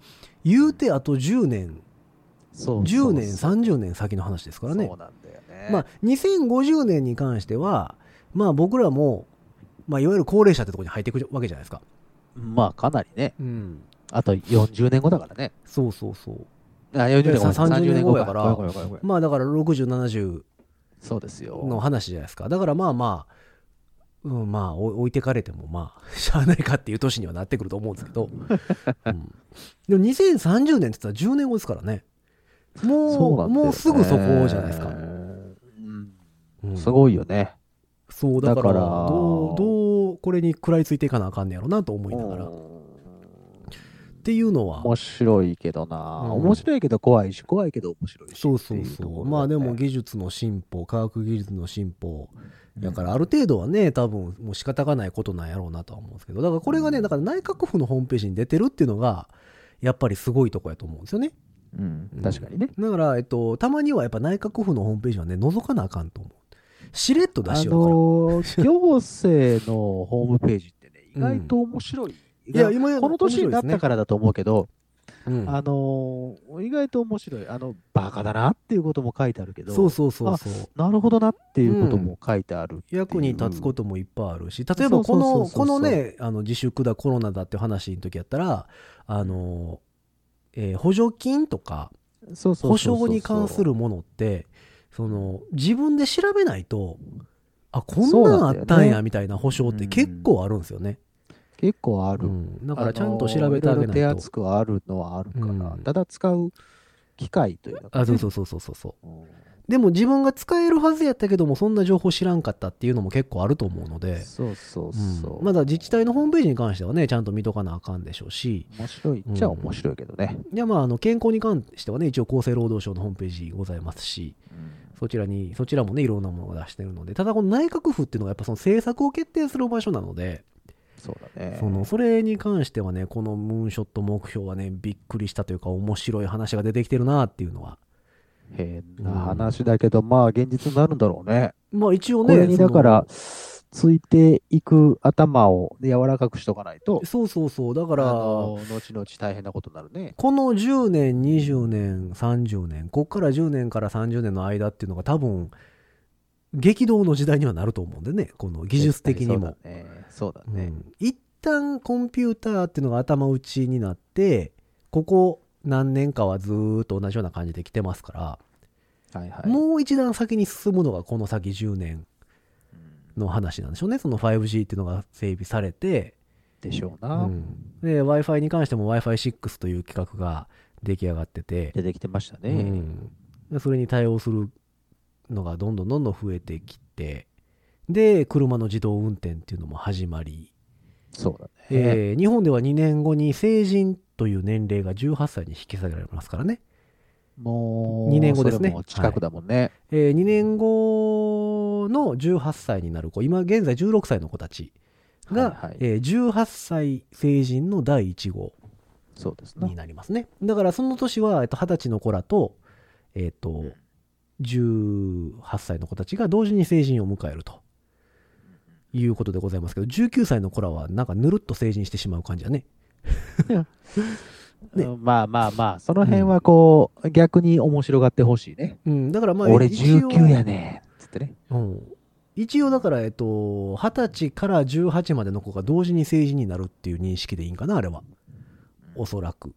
S2: 言うてあと10年
S3: そう
S2: 10年
S3: そう
S2: 30年先の話ですからね
S3: そうなんだよね。
S2: まあ2050年に関してはまあ僕らも、まあ、いわゆる高齢者ってところに入ってくるわけじゃないですか、
S3: まあ、かなりね。
S2: うん、
S3: あと40年後だからね。
S2: そうそうそう
S3: あ、40年後
S2: さ30年後やから
S3: ごめんごめんごめんごめんごめん
S2: まあだから6070
S3: そうですよ。
S2: の話じゃないですかだからまあまあうん、まあお置いてかれてもまあ [LAUGHS] しゃあないかっていう年にはなってくると思うんですけ
S3: [LAUGHS]
S2: ど、うん、でも2030年って言ったら10年後ですからねもう
S3: そうなんだよね
S2: もうすぐそこじゃないですか、
S3: うん
S2: うん
S3: すごいよね。
S2: そうだから
S3: だから
S2: どうどうこれに食らいついていかなあかんねやろなと思いながらっ
S3: 面
S2: ていうのは
S3: 白いけどな、
S2: うん
S3: 面白いけど怖いし、怖いけど面白いし。
S2: そうそう
S3: ってい
S2: そ
S3: とこ
S2: う
S3: ろ
S2: まあでも
S3: だよね
S2: 技術の進歩科学技術の進歩だからある程度はね多分もう仕方がないことなんやろうなとは思うんですけどだからこれがねだから内閣府のホームページに出てるっていうのがやっぱりすごいとこやと思うんですよね
S4: うん
S2: うん
S3: 確かにね。
S2: だから、えっと、たまにはやっぱ内閣府のホームページはね覗かなあかんと思うしれっと出
S3: あ
S2: しよ
S3: の
S2: [LAUGHS]
S3: ー行政のホームページってね、意外と面白い。
S2: うからいや今
S3: この年になったからだと思うけど、
S2: ら、うん
S3: あのー意外と面白い。あの、バカだなっていうことも書いてあるけど、
S2: そうそうそうそう
S3: なるほどなっていうことも書いてある。
S2: 役に立つこともいっぱいあるし例えばこ
S3: そうそうそう
S2: の
S3: そうそう
S2: このねあの自粛だコロナだって話の時やったらあの、えー補助金とか
S3: そうそうそう
S2: 保
S3: そう
S2: 証に関するものってその自分で調べないとあこんなんあっ
S3: そうなんだ
S2: たん
S3: よ
S2: や
S3: ね
S2: みたいな保証って結構あるんですよね、
S3: 結構あ
S2: う
S3: る。
S2: ん、だからちゃんと調べてあげない
S3: のーろろ手
S2: と
S3: 厚くあるのはあるから、
S2: うん
S3: ただ使う機会というか、
S2: あそうそうそうそうそうそう
S3: うん
S2: でも自分が使えるはずやったけどもそんな情報知らんかったっていうのも結構あると思うので、
S3: そうそう
S2: うん
S3: そう。
S2: まだ自治体のホームページに関してはねちゃんと見とかなあかんでしょうし、
S3: 面白いっちゃ面白いけどね。
S2: でまあ、あの健康に関してはね一応厚生労働省のホームページございますしそちらにそちらもねいろんなものが出してるのでただこの内閣府っていうのがやっぱその政策を決定する場所なので、
S3: そうだね。
S2: そのそれに関してはねこのムーンショット目標はねびっくりしたというか面白い話が出てきてるなっていうのは
S3: 変な話だけど、まあ現実になるんだろうね。
S2: まあ一応
S3: こ
S2: ね
S3: れに
S2: その
S3: だから、ついていく頭を柔らかくしとかないと、
S2: そうそうそうだから
S3: あの後々大変なことになるね。
S2: この10年20年30年こっから10年から30年の間っていうのが多分激動の時代にはなると思うんでねこの技術的にも。
S3: 絶対そうだね。そうだ
S2: う
S3: ね。
S2: ん一旦コンピューターっていうのが頭打ちになってここ何年かはずーっと同じような感じで来てますから、
S3: はいはい。
S2: もう一段先に進むのがこの先10年の話なんでしょうねその 5G っていうのが整備されて、
S3: でしょう
S2: う
S3: な。
S2: んで w i f i に関しても w i f i 6という企画が出来上がってて、
S3: 出てきてましたね。
S2: うん、それに対応するのがどんどんどんどん増えてきてで車の自動運転っていうのも始まり、
S3: そうだね。
S2: えー日本では2年後に成人という年齢が18歳に引き下げられますからね、
S3: もう、
S2: 二年後ですね
S3: それも近くだもんね。
S2: え2年後の18歳になる子今現在16歳の子たちが、
S3: はいはい
S2: えー18歳成人の第1号
S3: そうですね
S2: に。なりますねだからその年はえっと二十歳の子らと,、えっと18歳の子たちが同時に成人を迎えるということでございますけど19歳の子らはなんかぬるっと成人してしまう感じだねね
S3: うんまあまあまあ、その辺はこう、逆に面白がってほしいね。
S2: うんだからまあ
S3: 俺
S2: 一応
S3: 19やねん。つってね。
S2: うん一応だからえっと二十歳から18までの子が同時に成人になるっていう認識でいいんかなあれはおそらく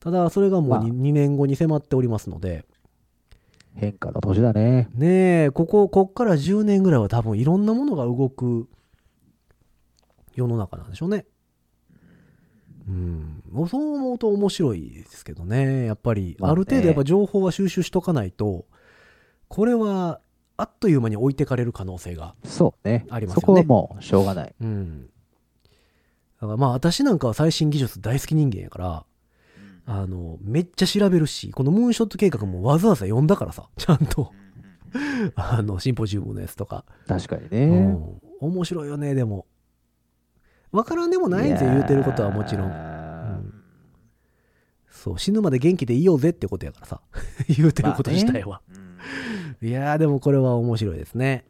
S2: ただそれがもう
S3: まあ
S2: 2, 年後に迫っておりますので
S3: 変化の年だね。
S2: ねえこここっから10年ぐらいは多分いろんなものが動く世の中なんでしょうねうんそう思うと面白いですけどねやっぱり
S3: まあ
S2: ある
S3: ね
S2: 程度やっぱ情報は収集しとかないとこれはあっという間に置いてかれる可能性が
S3: そうね。
S2: ありますよね
S3: そこはもう、しょうがない。
S2: うんだからまあ私なんかは最新技術大好き人間やからあのめっちゃ調べるしこのムーンショット計画もわざわざ読んだからさ [LAUGHS] ちゃんとあのシンポジウムのやつとか
S3: 確かに
S2: う
S3: ね。
S2: ん、面白いよねでもわからんでもないんですよ言うてることはもちろ
S3: い
S2: ん
S3: やー
S2: うんそう死ぬまで元気でいようぜってことやからさ [LAUGHS] 言うてること自体は、いやーでもこれは面白いですね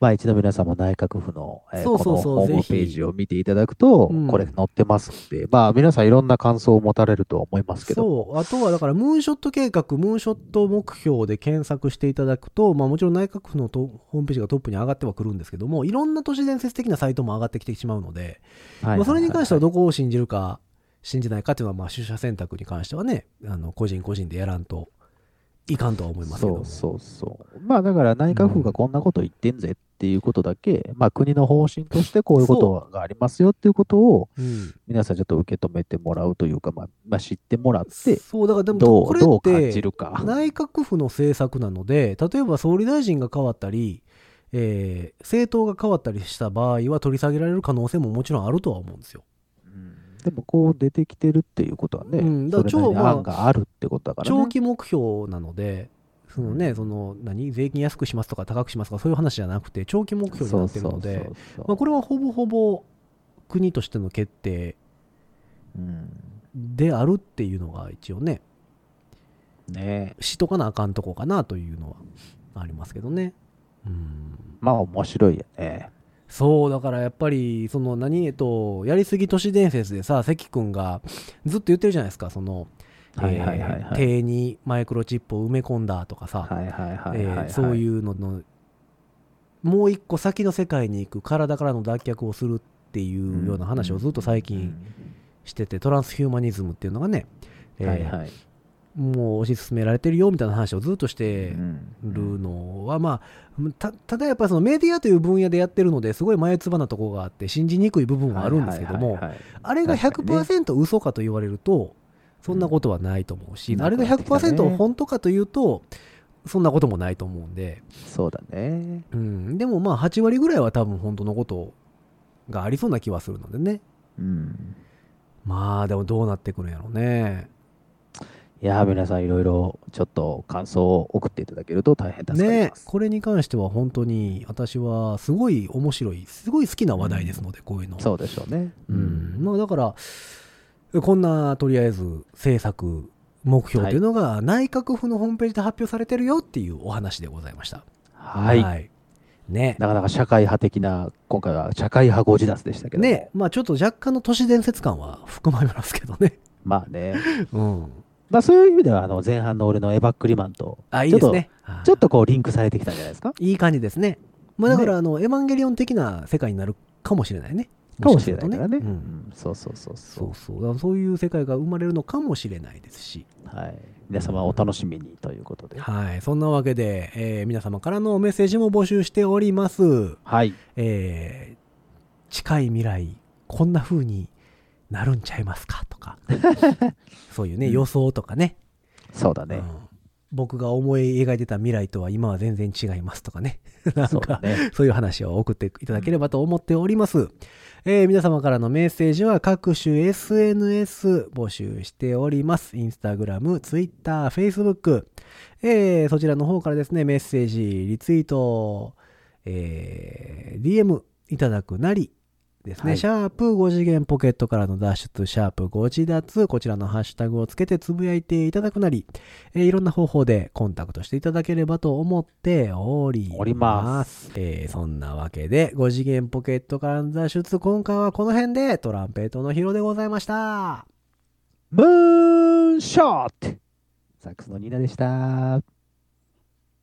S3: まあ一度皆さんも内閣府の、えー
S2: そうそうそう
S3: このホームページを見ていただくと
S2: ぜひうん、
S3: これ載ってますんで、まあ皆さんいろんな感想を持たれるとは思いますけど、
S2: そうあとはだからムーンショット計画ムーンショット目標で検索していただくと、まあ、もちろん内閣府のとホームページがトップに上がってはくるんですけどもいろんな都市伝説的なサイトも上がってきてしまうので、
S3: はい
S2: まあ、それに関してはどこを信じるか信じないかっていうのはまあ取捨選択に関してはねあの個人個人でやらんといかんとは思いますけ
S3: そ
S2: ど
S3: うそうそう。まあだから内閣府がこんなこと言ってんぜっていうことだけ、まあ国の方針としてこういうことがありますよっていうことを
S2: うん
S3: 皆さんちょっと受け止めてもらうというか、まあ、まあ、知ってもらって、
S2: そうだからでも
S3: ど
S2: こ
S3: う、
S2: れ
S3: どう
S2: っ
S3: 感じ
S2: て
S3: るか。
S2: 内閣府の政策なので例えば総理大臣が変わったり、えー政党が変わったりした場合は取り下げられる可能性ももちろんあるとは思うんですよ。
S4: うん
S3: でもこう出てきてるっていうことはね、
S2: うんだ
S3: そ
S2: から
S3: れなり
S2: 超
S3: に
S2: まあ
S3: 案があるってことだからね。
S2: 長期目標なのでそのねその何税金安くしますとか高くしますとかそういう話じゃなくて長期目標になってるので
S3: そうそうそう
S2: まあ、これはほぼほぼ国としての決定
S3: うん
S2: であるっていうのが一応ね
S3: ねえ
S2: しとかなあかんとこかなというのはありますけどね。うん
S3: まあ面白いよね。
S2: そうだからやっぱりその何えっとやりすぎ都市伝説でさ関君がずっと言ってるじゃないですかその、えー
S3: はいはいはいはい
S2: 手にマイクロチップを埋め込んだとかさ、
S3: はいはいは
S2: え
S3: い
S2: ー
S3: はい。
S2: そう
S3: う。
S2: いうののもう一個先の世界に行く体からの脱却をするっていうような話をずっと最近してて、トランスヒューマニズムっていうのがね、えー
S3: はいはい。
S2: もう推し進められてるよみたいな話をずっとして
S4: うん
S2: るのは、まあたただやっぱりそのメディアという分野でやってるのですごい前つばなとこがあって信じにくい部分はあるんですけども、
S3: はいはいはいはい
S2: あれが
S3: 確かに
S2: 100%嘘かと言われるとそんなことはないと思うし、
S3: うん
S2: あれが
S3: なくなってきたね
S2: 100%本当かというとそんなこともないと思うんで、
S3: そうだね。
S2: うん、でもまあ8割ぐらいは多分本当のことがありそうな気はするのでね
S3: うん。
S2: まあでもどうなってくるんやろうね
S3: いやー皆さんいろいろちょっと感想を送っていただけると大変助かり
S2: ね
S3: ます。
S2: これに関しては本当に私はすごい面白いすごい好きな話題ですので、こういうの
S3: そうでしょうね。
S2: うんまあ、だからこんなとりあえず政策目標というのが内閣府のホームページで発表されてるよっていうお話でございました
S3: はい。
S2: ね
S3: なかなか社会派的な、今回は社会派ご自立でしたけども。
S2: ねまあちょっと若干の都市伝説感は含まれますけど
S3: [LAUGHS]
S2: ね
S3: まあね。
S2: うん
S3: まあそういう意味では、あの、前半の俺のエヴァ・クリマンと、
S2: あいいですねあー
S3: ちょっとこうリンクされてきたんじゃないですか
S2: いい感じですねまあだからあの、エヴァンゲリオン的な世界になるかもしれないね
S3: かもしれないからね。
S2: う
S3: うんんそうそうそうそ
S2: そう
S3: う。
S2: そうだからそういう世界が生まれるのかもしれないですし、
S3: はい。皆様お楽しみにということで。
S2: はい、そんなわけで、えー皆様からのメッセージも募集しております、
S3: はい。
S2: えー近い未来こんな風になるんちゃいますかと
S3: [LAUGHS]
S2: かそういうね予想とかね,
S3: そうだ
S2: うん、
S3: ね。
S2: 僕が思い描いてた未来とは今は全然違いますとかね [LAUGHS] なん
S3: そう
S2: か
S3: だね。
S2: [LAUGHS] そういう話を送っていただければと思っております。えー皆様からのメッセージは各種 SNS 募集しております。インスタグラム、ツイッター、フェイスブック。えーそちらの方からですね、メッセージ、リツイート、えー DM いただくなりですね、
S3: はい
S2: シャープ5次元ポケットからの脱出、シャープ5次脱、こちらのハッシュタグをつけてつぶやいていただくなり、えーいろんな方法でコンタクトしていただければと思っており。
S3: おります
S2: えーそんなわけで、5次元ポケットからの脱出、今回はこの辺でトランペットのヒロでございました。
S3: ムーンショットサックスのニーナでした。